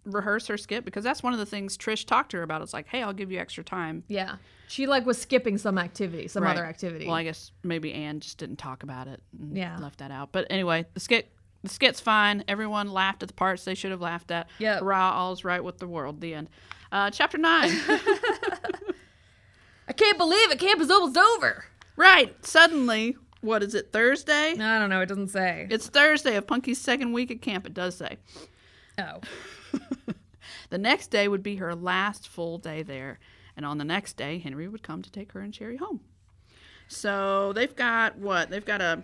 [SPEAKER 1] rehearse her skit because that's one of the things Trish talked to her about. It's like, Hey, I'll give you extra time.
[SPEAKER 2] Yeah.
[SPEAKER 4] She like was skipping some activity, some
[SPEAKER 1] Right.
[SPEAKER 4] other activity.
[SPEAKER 1] Well, I guess maybe Anne just didn't talk about it. And
[SPEAKER 4] Yeah.
[SPEAKER 1] left that out. But anyway, the skit the skit's fine. Everyone laughed at the parts they should have laughed at.
[SPEAKER 2] Yep.
[SPEAKER 1] Hurrah, all's right with the world. The end. Uh, chapter nine. *laughs*
[SPEAKER 2] I can't believe it. Camp is almost over.
[SPEAKER 1] right. Suddenly, what is it? Thursday.
[SPEAKER 2] No, I don't know. It doesn't say.
[SPEAKER 1] It's Thursday of Punky's second week at camp. It does say
[SPEAKER 2] Oh.
[SPEAKER 1] the next day would be her last full day there, and on the next day, Henry would come to take her and Sherry home. So they've got what? They've got a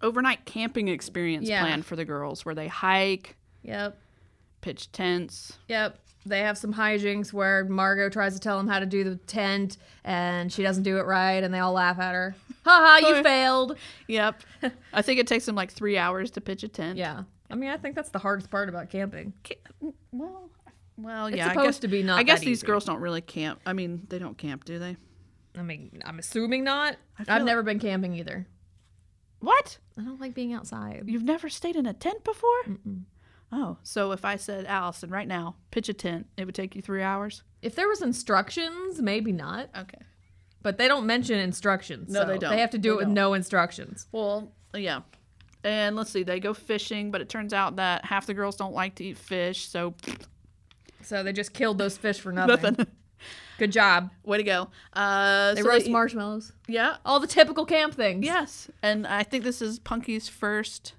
[SPEAKER 1] overnight camping experience
[SPEAKER 2] Yeah.
[SPEAKER 1] planned for the girls, where they hike.
[SPEAKER 2] Yep.
[SPEAKER 1] pitch tents.
[SPEAKER 2] Yep. They have some hijinks where Margot tries to tell him how to do the tent and she doesn't do it right and they all laugh at her. *laughs* Ha ha,
[SPEAKER 1] *laughs*
[SPEAKER 2] you failed.
[SPEAKER 1] Yep. *laughs* I think it takes them like three hours to pitch a tent.
[SPEAKER 2] Yeah. I mean, I think that's the hardest part about camping.
[SPEAKER 1] Ca- Well, well, yeah. I
[SPEAKER 2] supposed
[SPEAKER 1] guess,
[SPEAKER 2] to be not
[SPEAKER 1] I guess
[SPEAKER 2] that
[SPEAKER 1] these
[SPEAKER 2] easy.
[SPEAKER 1] girls don't really camp. I mean, they don't camp, do they?
[SPEAKER 2] I mean, I'm assuming not. I've
[SPEAKER 1] feel-
[SPEAKER 2] never been camping either.
[SPEAKER 1] What?
[SPEAKER 2] I don't like being outside.
[SPEAKER 1] You've never stayed in a tent before? Oh, so if I said, Allison, right now, pitch a tent, it would take you three hours?
[SPEAKER 2] If there was instructions, maybe not.
[SPEAKER 1] Okay.
[SPEAKER 2] But they don't mention instructions.
[SPEAKER 1] No,
[SPEAKER 2] so
[SPEAKER 1] they don't.
[SPEAKER 2] They have to do
[SPEAKER 1] They
[SPEAKER 2] it with
[SPEAKER 1] don't.
[SPEAKER 2] no instructions.
[SPEAKER 1] Well, yeah. And let's see, they go fishing, but it turns out that half the girls don't like to eat fish, so
[SPEAKER 2] So they just killed those
[SPEAKER 1] *laughs*
[SPEAKER 2] fish for nothing.
[SPEAKER 1] nothing.
[SPEAKER 2] Good job.
[SPEAKER 1] Way to go. Uh,
[SPEAKER 2] They
[SPEAKER 1] so
[SPEAKER 2] roast
[SPEAKER 1] eat-
[SPEAKER 2] marshmallows.
[SPEAKER 1] Yeah,
[SPEAKER 2] All the typical camp things.
[SPEAKER 1] Yes, and I think this is Punky's first.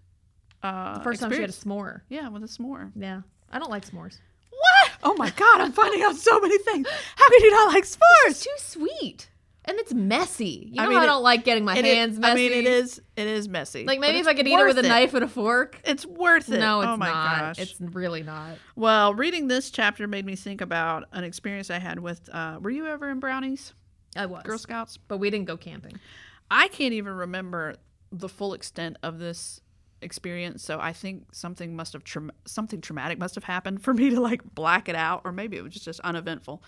[SPEAKER 1] Uh,
[SPEAKER 2] First time she had a
[SPEAKER 1] experience.
[SPEAKER 2] s'more.
[SPEAKER 1] Yeah, with a s'more.
[SPEAKER 2] Yeah. I don't like s'mores.
[SPEAKER 1] What? Oh my God! I'm finding out so many things. How could you not like s'mores?
[SPEAKER 2] Too sweet. And it's messy. You know
[SPEAKER 1] I mean,
[SPEAKER 2] how I
[SPEAKER 1] it-
[SPEAKER 2] don't like getting my
[SPEAKER 1] It is-
[SPEAKER 2] hands messy.
[SPEAKER 1] I mean, it is. It is messy.
[SPEAKER 2] Like
[SPEAKER 1] but
[SPEAKER 2] maybe if
[SPEAKER 1] it's
[SPEAKER 2] I could eat it with
[SPEAKER 1] worth
[SPEAKER 2] a knife and a fork.
[SPEAKER 1] it's worth it.
[SPEAKER 2] No, it's
[SPEAKER 1] oh my
[SPEAKER 2] not.
[SPEAKER 1] Gosh.
[SPEAKER 2] It's really not.
[SPEAKER 1] well, reading this chapter made me think about an experience I had with. Uh, were you ever in Brownies
[SPEAKER 2] I was.
[SPEAKER 1] Girl Scouts?
[SPEAKER 2] But we didn't go camping.
[SPEAKER 1] I can't even remember the full extent of this experience so i think something must have traum something traumatic must have happened for *laughs* me to like black it out or maybe it was just, just uneventful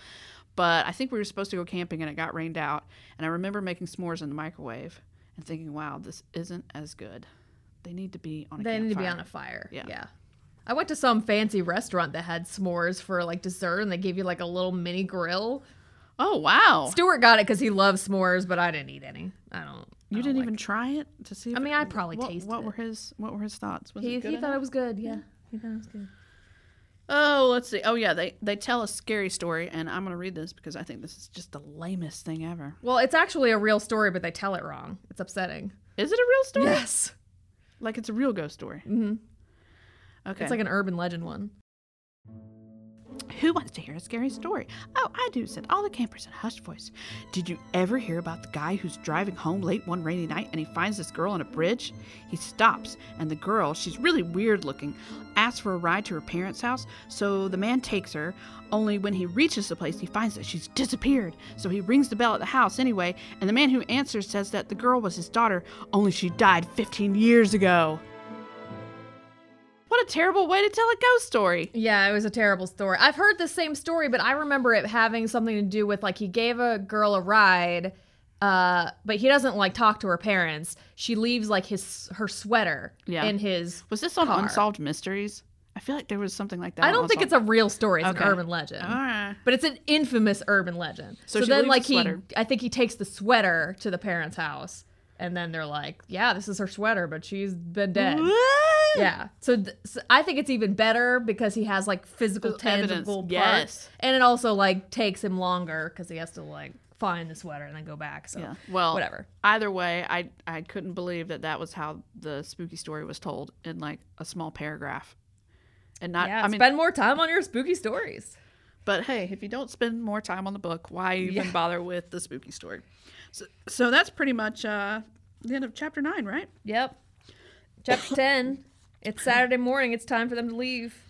[SPEAKER 1] but i think we were supposed to go camping and it got rained out and i remember making smores in the microwave and thinking wow this isn't as good they need to be on a
[SPEAKER 2] They need to be
[SPEAKER 1] campfire.
[SPEAKER 2] on a fire.
[SPEAKER 1] Yeah.
[SPEAKER 2] yeah. I went to some fancy restaurant that had s'mores for like dessert and they gave you like a little mini grill.
[SPEAKER 1] oh wow
[SPEAKER 2] Stuart got it because he loves s'mores, but I didn't eat any. I don't.
[SPEAKER 1] you didn't even try it to see if
[SPEAKER 2] I
[SPEAKER 1] it-
[SPEAKER 2] mean, I probably
[SPEAKER 1] what,
[SPEAKER 2] tasted
[SPEAKER 1] what were
[SPEAKER 2] it.
[SPEAKER 1] his what were his thoughts was
[SPEAKER 2] He,
[SPEAKER 1] it good
[SPEAKER 2] he
[SPEAKER 1] enough?
[SPEAKER 2] thought it was good. Yeah. He thought it was good.
[SPEAKER 1] Oh, let's see. Oh, yeah, they, they tell a scary story, and I'm going to read this because I think this is just the lamest thing ever.
[SPEAKER 2] Well, it's actually a real story, but they tell it wrong. It's upsetting.
[SPEAKER 1] Is it a real story?
[SPEAKER 2] Yes.
[SPEAKER 1] Like, it's a real ghost story.
[SPEAKER 2] Mm-hmm.
[SPEAKER 1] Okay. *laughs*
[SPEAKER 2] It's like an urban legend one.
[SPEAKER 1] Who wants to hear a scary story? Oh, I do, said all the campers in a hushed voice. Did you ever hear about the guy who's driving home late one rainy night and he finds this girl on a bridge? He stops, and the girl, she's really weird looking, asks for a ride to her parents' house, so the man takes her. Only when he reaches the place, he finds that she's disappeared. So he rings the bell at the house anyway, and the man who answers says that the girl was his daughter, only she died 15 years ago. What a terrible way to tell a ghost story.
[SPEAKER 2] Yeah, it was a terrible story. I've heard the same story, but I remember it having something to do with like he gave a girl a ride, uh, but he doesn't like talk to her parents. She leaves like his her sweater
[SPEAKER 1] Yeah.
[SPEAKER 2] in his.
[SPEAKER 1] Was this on
[SPEAKER 2] Car.
[SPEAKER 1] Unsolved Mysteries? I feel like there was something like that.
[SPEAKER 2] I don't think it's a real story. It's
[SPEAKER 1] Okay.
[SPEAKER 2] an urban legend,
[SPEAKER 1] All right.
[SPEAKER 2] but it's an infamous urban legend.
[SPEAKER 1] So
[SPEAKER 2] So,
[SPEAKER 1] she
[SPEAKER 2] then
[SPEAKER 1] leaves
[SPEAKER 2] like
[SPEAKER 1] the
[SPEAKER 2] he,
[SPEAKER 1] sweater.
[SPEAKER 2] I think he takes the sweater to the parents' house, and then they're like, "Yeah, this is her sweater, but she's been dead." Yeah. So, th- so I think it's even better because he has like physical,
[SPEAKER 1] Physical evidence,
[SPEAKER 2] tangible parts,
[SPEAKER 1] yes.
[SPEAKER 2] and it also like takes him longer because he has to like find the sweater and then go back. So
[SPEAKER 1] Yeah. Well,
[SPEAKER 2] whatever.
[SPEAKER 1] Either way, I I couldn't believe that that was how the spooky story was told in like a small paragraph, and not.
[SPEAKER 2] yeah.
[SPEAKER 1] I mean,
[SPEAKER 2] spend more time on your spooky stories.
[SPEAKER 1] But hey, if you don't spend more time on the book, why even bother with the spooky story? So, so that's pretty much uh, the end of chapter nine, right?
[SPEAKER 2] Yep. Chapter ten. It's Saturday morning. It's time for them to leave.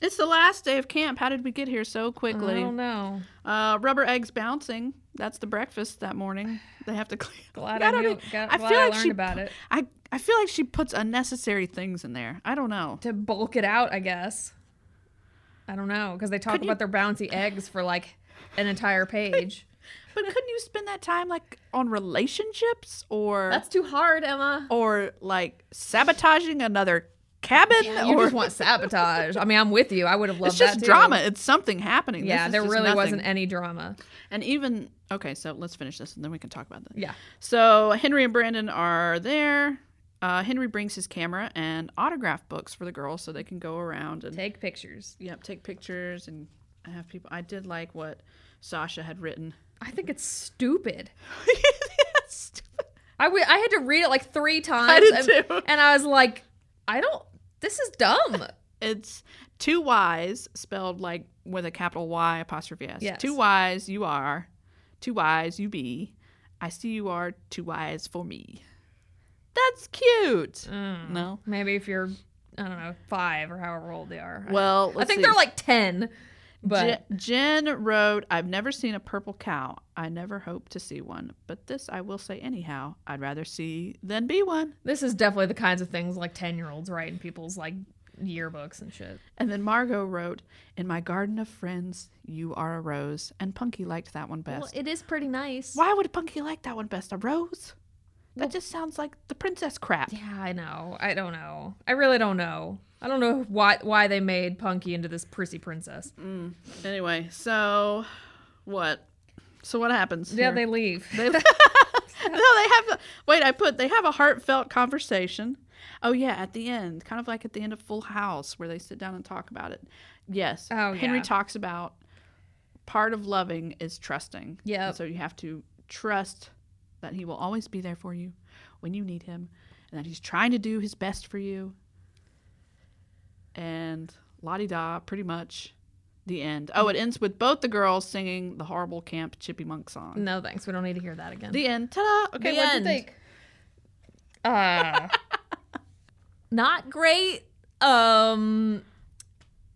[SPEAKER 1] It's the last day of camp. How did we get here so
[SPEAKER 2] I
[SPEAKER 1] quickly?
[SPEAKER 2] don't know.
[SPEAKER 1] Uh, rubber eggs bouncing. That's the breakfast that morning. They have to clean.
[SPEAKER 2] *sighs* Glad
[SPEAKER 1] God,
[SPEAKER 2] I, knew,
[SPEAKER 1] mean,
[SPEAKER 2] glad,
[SPEAKER 1] I
[SPEAKER 2] glad
[SPEAKER 1] feel
[SPEAKER 2] I
[SPEAKER 1] like
[SPEAKER 2] learned
[SPEAKER 1] she
[SPEAKER 2] about
[SPEAKER 1] pu-
[SPEAKER 2] it.
[SPEAKER 1] I I feel like she puts unnecessary things in there. I don't know.
[SPEAKER 2] To bulk it out, I guess. I don't know because they talk
[SPEAKER 1] Couldn't you-
[SPEAKER 2] about their bouncy eggs for like an entire page.
[SPEAKER 1] But couldn't you spend that time like on relationships or
[SPEAKER 2] That's too hard, Emma.
[SPEAKER 1] or like sabotaging another cabin
[SPEAKER 2] You
[SPEAKER 1] or
[SPEAKER 2] just want sabotage. I mean, I'm with you. I would have loved
[SPEAKER 1] it's just
[SPEAKER 2] that too.
[SPEAKER 1] drama. It's something happening. This
[SPEAKER 2] Yeah,
[SPEAKER 1] is
[SPEAKER 2] there
[SPEAKER 1] just
[SPEAKER 2] really
[SPEAKER 1] nothing.
[SPEAKER 2] wasn't any drama.
[SPEAKER 1] And even okay, so let's finish this and then we can talk about that.
[SPEAKER 2] Yeah.
[SPEAKER 1] So Henry and Brandon are there. Uh, Henry brings his camera and autograph books for the girls so they can go around and
[SPEAKER 2] Take pictures.
[SPEAKER 1] yep, take pictures and have people. I did like what Sasha had
[SPEAKER 2] *laughs*
[SPEAKER 1] written. *laughs*
[SPEAKER 2] I think it's stupid.
[SPEAKER 1] Stupid.
[SPEAKER 2] I w- I had to read it like three times.
[SPEAKER 1] did
[SPEAKER 2] and,
[SPEAKER 1] too.
[SPEAKER 2] and I was like, I don't. This is dumb.
[SPEAKER 1] It's two Y's spelled like with a capital Y apostrophe S.
[SPEAKER 2] Yes.
[SPEAKER 1] Two Y's you are, two Y's you be. I see you are two Y's for me. That's cute. No.
[SPEAKER 2] Mm. Maybe if you're, I don't know, five or however old they are. I-
[SPEAKER 1] Well,
[SPEAKER 2] I
[SPEAKER 1] let's
[SPEAKER 2] think
[SPEAKER 1] see.
[SPEAKER 2] they're like ten. But
[SPEAKER 1] Je- Jen wrote, "I've never seen a purple cow. I never hope to see one, but this I will say anyhow. I'd rather see than be one."
[SPEAKER 2] this is definitely the kinds of things like ten year olds write in people's like yearbooks and shit.
[SPEAKER 1] And then Margot wrote, "In my garden of friends, you are a rose." And Punky liked that one best.
[SPEAKER 2] it is pretty nice.
[SPEAKER 1] Why would Punky like that one best? A rose? That just sounds like the princess crap.
[SPEAKER 2] Yeah, I know. I don't know. I really don't know. I don't know why why they made Punky into this prissy princess.
[SPEAKER 1] *laughs* Anyway, so what? So what happens?
[SPEAKER 2] Yeah,
[SPEAKER 1] here?
[SPEAKER 2] they leave. *laughs*
[SPEAKER 1] They, *laughs* no, they have. a- Wait, I put they have a heartfelt conversation. Oh yeah, at the end, kind of like at the end of Full House, where they sit down and talk about it. Yes.
[SPEAKER 2] Oh,
[SPEAKER 1] Henry
[SPEAKER 2] yeah.
[SPEAKER 1] talks about part of loving is trusting.
[SPEAKER 2] Yep.
[SPEAKER 1] And So you have to trust that he will always be there for you when you need him, and that he's trying to do his best for you. And la di da, pretty much. The end. Oh, it ends with both the girls singing the horrible camp chipmunk song.
[SPEAKER 2] no thanks. We don't need to hear that again.
[SPEAKER 1] The end. Ta-da. Mm. Okay,
[SPEAKER 2] The
[SPEAKER 1] what'd
[SPEAKER 2] end.
[SPEAKER 1] you think?
[SPEAKER 2] Uh, *laughs* not great. Um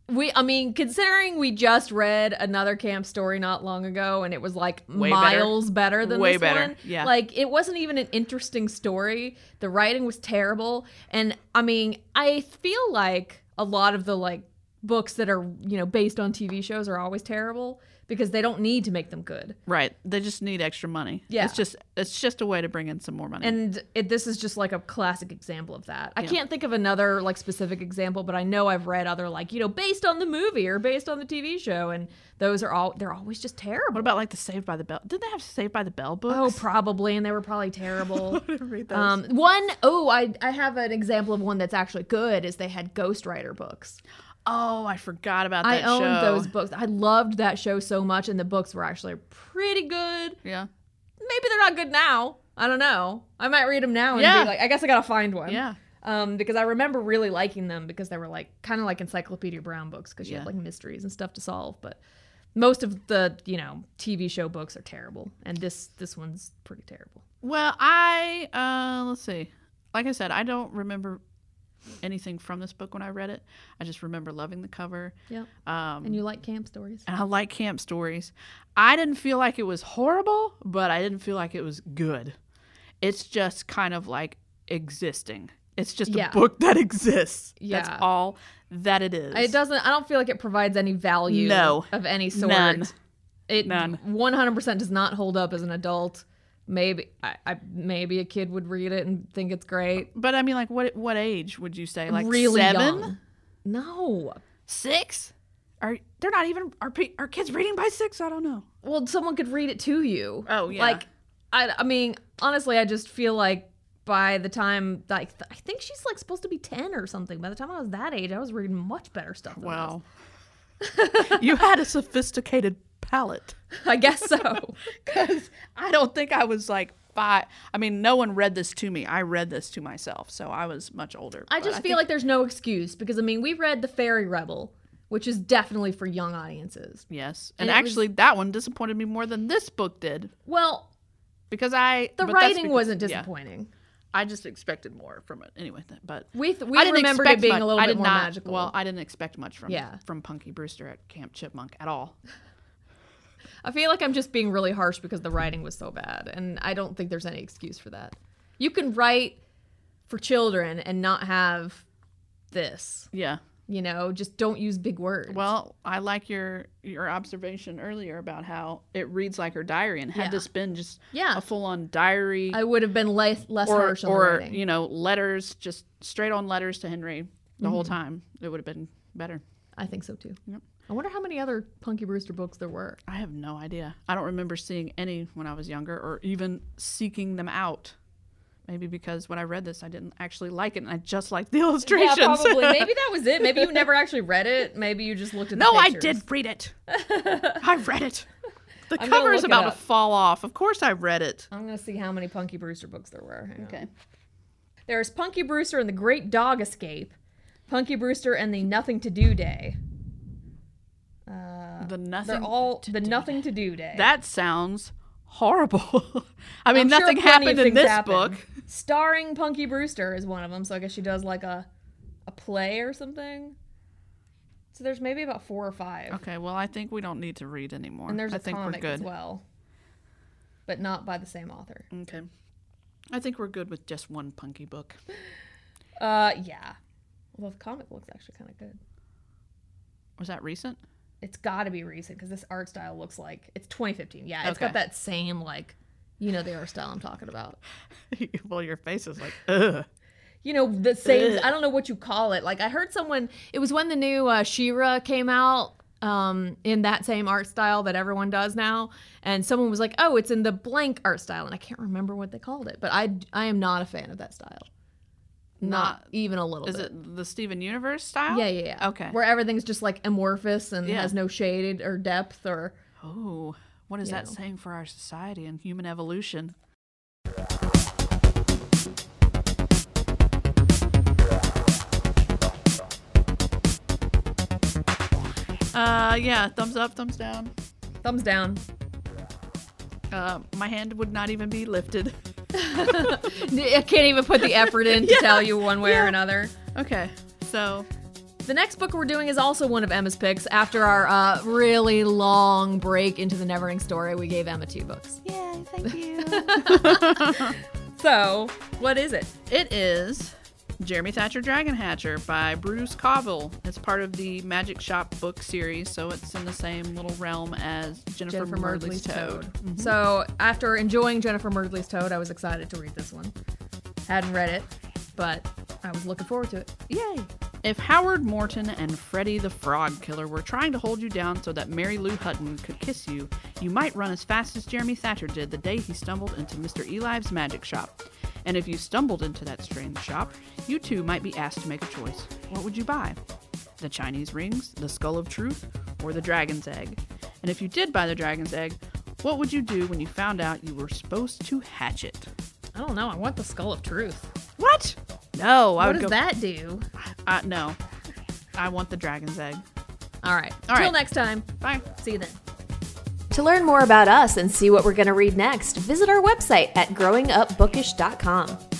[SPEAKER 2] we I mean, considering we just read another camp story not long ago and it was like
[SPEAKER 1] Way better.
[SPEAKER 2] miles better, than
[SPEAKER 1] Way
[SPEAKER 2] this
[SPEAKER 1] better,
[SPEAKER 2] one.
[SPEAKER 1] yeah.
[SPEAKER 2] Like it wasn't even an interesting story. The writing was terrible. And I mean, I feel like a lot of the like books that are, you know, based on TV shows are always terrible because they don't need to make them good.
[SPEAKER 1] Right. They just need extra money.
[SPEAKER 2] Yeah.
[SPEAKER 1] It's just it's just a way to bring in some more money.
[SPEAKER 2] and it, this is just like a classic example of that i can't think of another like specific example but i know i've read other like you know based on the movie or based on the tv show and those are all they're always just
[SPEAKER 1] what
[SPEAKER 2] terrible
[SPEAKER 1] about like the Saved by the Bell? Didn't they have Saved by the Bell Uh,
[SPEAKER 2] oh *laughs*
[SPEAKER 1] books?
[SPEAKER 2] probably and they were probably terrible
[SPEAKER 1] read *laughs* those.
[SPEAKER 2] um one oh i i have an example of one that's actually good is they had ghostwriter books
[SPEAKER 1] Oh, I forgot about
[SPEAKER 2] i
[SPEAKER 1] that
[SPEAKER 2] owned
[SPEAKER 1] show.
[SPEAKER 2] those books i loved that show so much and the books were actually pretty good
[SPEAKER 1] Yeah.
[SPEAKER 2] maybe they're not good now i don't know i might read them now and
[SPEAKER 1] Yeah.
[SPEAKER 2] be like i guess i gotta find one
[SPEAKER 1] Yeah.
[SPEAKER 2] um, because I remember really liking them because they were like kind of like Encyclopedia Brown books because you
[SPEAKER 1] Yeah.
[SPEAKER 2] had like mysteries and stuff to solve. But most of the you know TV show books are terrible, and this this one's pretty terrible.
[SPEAKER 1] Well, I uh let's see. Like I said, I don't remember anything from this book when I read it. I just remember loving the cover.
[SPEAKER 2] Yeah,
[SPEAKER 1] Um
[SPEAKER 2] and you like camp stories.
[SPEAKER 1] and I like camp stories. I didn't feel like it was horrible, but I didn't feel like it was good. It's just kind of like existing. It's just
[SPEAKER 2] Yeah.
[SPEAKER 1] a book that *laughs* exists.
[SPEAKER 2] Yeah.
[SPEAKER 1] That's all that it is.
[SPEAKER 2] It doesn't. I don't feel like it provides any value
[SPEAKER 1] No.
[SPEAKER 2] of any sort.
[SPEAKER 1] None.
[SPEAKER 2] It
[SPEAKER 1] None.
[SPEAKER 2] One hundred percent does not hold up as an adult. Maybe I, I maybe a kid would read it and think it's great.
[SPEAKER 1] But I mean, like, what what age would you say? Like
[SPEAKER 2] really
[SPEAKER 1] seven,
[SPEAKER 2] young. No.
[SPEAKER 1] six? Are they're not even are pe- are kids reading by six? I don't know.
[SPEAKER 2] Well, someone could read it to you.
[SPEAKER 1] Oh, yeah.
[SPEAKER 2] Like I, I mean, honestly, I just feel like by the time like th- I think she's like supposed to be ten or something. By the time I was that age, I was reading much better stuff. Than
[SPEAKER 1] Wow, *laughs* you had a sophisticated palate.
[SPEAKER 2] this. I guess
[SPEAKER 1] *laughs*
[SPEAKER 2] so.
[SPEAKER 1] Because I don't think I was like five. I mean, no one read this to me. I read this to myself, so I was much older.
[SPEAKER 2] I just feel like there's no excuse because I mean we read The Fairy Rebel, which is definitely for young audiences.
[SPEAKER 1] yes,
[SPEAKER 2] and
[SPEAKER 1] and,
[SPEAKER 2] it was-
[SPEAKER 1] actually, that one disappointed me more than this book did
[SPEAKER 2] Well,
[SPEAKER 1] because I
[SPEAKER 2] the
[SPEAKER 1] but that's
[SPEAKER 2] writing
[SPEAKER 1] because-
[SPEAKER 2] wasn't
[SPEAKER 1] yeah,
[SPEAKER 2] disappointing.
[SPEAKER 1] I just expected more from it anyway. th- But
[SPEAKER 2] We th- we
[SPEAKER 1] I didn't
[SPEAKER 2] remembered
[SPEAKER 1] expect
[SPEAKER 2] it being
[SPEAKER 1] much-
[SPEAKER 2] a little
[SPEAKER 1] I
[SPEAKER 2] bit
[SPEAKER 1] did
[SPEAKER 2] more
[SPEAKER 1] not-
[SPEAKER 2] magical.
[SPEAKER 1] Well, I didn't expect much from
[SPEAKER 2] Yeah.
[SPEAKER 1] from Punky Brewster at Camp Chipmunk at all.
[SPEAKER 2] I feel like I'm just being really harsh because the writing was so bad, and I don't think there's any excuse for that. You can write for children and not have this.
[SPEAKER 1] Yeah.
[SPEAKER 2] You know, just don't use big words.
[SPEAKER 1] Well, I like your your observation earlier about how it reads like her diary, and had
[SPEAKER 2] Yeah.
[SPEAKER 1] this been just
[SPEAKER 2] Yeah.
[SPEAKER 1] a full on diary
[SPEAKER 2] I would have been less less
[SPEAKER 1] or
[SPEAKER 2] harsh on the
[SPEAKER 1] or
[SPEAKER 2] writing.
[SPEAKER 1] you know letters, just straight on letters to Henry the whole
[SPEAKER 5] Mm-hmm.
[SPEAKER 1] time, it would have been better.
[SPEAKER 2] I think so too. I wonder how many other Punky Brewster books there were.
[SPEAKER 1] I have no idea. I don't remember seeing any when I was younger, or even seeking them out. Maybe because when I read this, I didn't actually like it, and I just liked the *laughs* illustrations.
[SPEAKER 5] Yeah,
[SPEAKER 1] *laughs*
[SPEAKER 5] probably. Maybe that was it. Maybe you never actually read it. Maybe you just looked at.
[SPEAKER 1] No,
[SPEAKER 5] the
[SPEAKER 1] I
[SPEAKER 5] pictures.
[SPEAKER 1] did
[SPEAKER 5] *laughs*
[SPEAKER 1] read it. I read it. The
[SPEAKER 5] I'm gonna
[SPEAKER 1] cover is
[SPEAKER 5] look it
[SPEAKER 1] about to
[SPEAKER 5] up.
[SPEAKER 1] fall off. Of course, I read it.
[SPEAKER 5] I'm gonna see how many Punky Brewster books there were. Hang on.
[SPEAKER 1] Okay.
[SPEAKER 5] There's Punky Brewster and the Great Dog Escape, Punky Brewster and the Nothing to Do Day.
[SPEAKER 1] The nothing.
[SPEAKER 5] They're all the Nothing to Do Day.
[SPEAKER 1] that sounds horrible. *laughs* I mean,
[SPEAKER 5] I'm sure
[SPEAKER 1] nothing
[SPEAKER 5] plenty of
[SPEAKER 1] happened in
[SPEAKER 5] things
[SPEAKER 1] this
[SPEAKER 5] happen.
[SPEAKER 1] book.
[SPEAKER 5] Starring Punky Brewster is one of them, so I guess she does like a a play or something. So there's maybe about four or five,
[SPEAKER 1] Okay. Well, I think we don't need to read anymore.
[SPEAKER 5] and there's a
[SPEAKER 1] I think
[SPEAKER 5] comic
[SPEAKER 1] we're
[SPEAKER 5] as
[SPEAKER 1] good.
[SPEAKER 5] well, but not by the same author.
[SPEAKER 1] Okay. I think we're good with just one punky book.
[SPEAKER 5] Uh, yeah. Well, the comic looks actually kind of good.
[SPEAKER 1] Was that recent? *laughs*
[SPEAKER 5] It's got to be recent because this art style looks like it's 2015. Yeah, it's
[SPEAKER 1] Okay.
[SPEAKER 5] got that same like, you know, the art style I'm talking about.
[SPEAKER 1] well, your face is
[SPEAKER 2] *laughs*
[SPEAKER 1] like, ugh.
[SPEAKER 5] You know, the same. I don't know what you call it. Like I heard someone.
[SPEAKER 2] It was when the new uh, Shira came out um, in that same art style that everyone does now, and someone was like, "Oh, it's in the blank art style," and I can't remember what they called it, but I I am not a fan of that style, not,
[SPEAKER 1] Not-
[SPEAKER 2] even a little.
[SPEAKER 1] Is
[SPEAKER 2] bit.
[SPEAKER 1] it the Steven Universe style?
[SPEAKER 2] Yeah, yeah, yeah.
[SPEAKER 1] Okay.
[SPEAKER 2] Where everything's just like amorphous and
[SPEAKER 1] Yeah.
[SPEAKER 2] has no shaded or depth or
[SPEAKER 1] Oh, what is that
[SPEAKER 2] Yeah.
[SPEAKER 1] saying for our society and human evolution? Uh, yeah, thumbs up, thumbs down.
[SPEAKER 5] Thumbs down.
[SPEAKER 1] Uh, my hand would not even be lifted.
[SPEAKER 2] *laughs*
[SPEAKER 1] *laughs*
[SPEAKER 2] I can't even put the effort in to tell you one way or another.
[SPEAKER 1] Okay, so
[SPEAKER 2] The next book we're doing is also one of Emma's picks. After our uh, really long break into the Neverending Story, we gave Emma two books.
[SPEAKER 1] yeah, thank you.
[SPEAKER 5] So, what is it?
[SPEAKER 1] *laughs* it is Jeremy Thatcher Dragon Hatcher by Bruce Covell. It's part of the Magic Shop book series, so it's in the same little realm as Jennifer,
[SPEAKER 2] Jennifer
[SPEAKER 1] Murley's
[SPEAKER 2] Murdley's
[SPEAKER 1] Toad.
[SPEAKER 2] Toad. Mm-hmm. So after enjoying Jennifer Murdley's Toad, I was excited to read this one. Hadn't read it, but I was looking forward to it.
[SPEAKER 1] Yay! If Howard Morton and Freddy the Frog Killer were trying to hold you down so that Mary Lou Hutton could kiss you, you might run as fast as Jeremy Thatcher did the day he stumbled into Mr. Elive's magic shop. And if you stumbled into that strange shop, you too might be asked to make a choice. What would you buy? The Chinese rings, the skull of truth, or the dragon's egg? And if you did buy the dragon's egg, what would you do when you found out you were supposed to hatch it?
[SPEAKER 2] I don't know. I want the Skull of Truth.
[SPEAKER 1] What? No, I
[SPEAKER 2] What
[SPEAKER 1] would go.
[SPEAKER 2] does that do?
[SPEAKER 1] Uh, no, I want the dragon's egg.
[SPEAKER 2] All right.
[SPEAKER 1] All
[SPEAKER 2] Till
[SPEAKER 1] right.
[SPEAKER 2] next time.
[SPEAKER 1] Bye.
[SPEAKER 2] See you then.
[SPEAKER 6] To learn more about us and see what we're going to read next, visit our website at growingupbookish.com.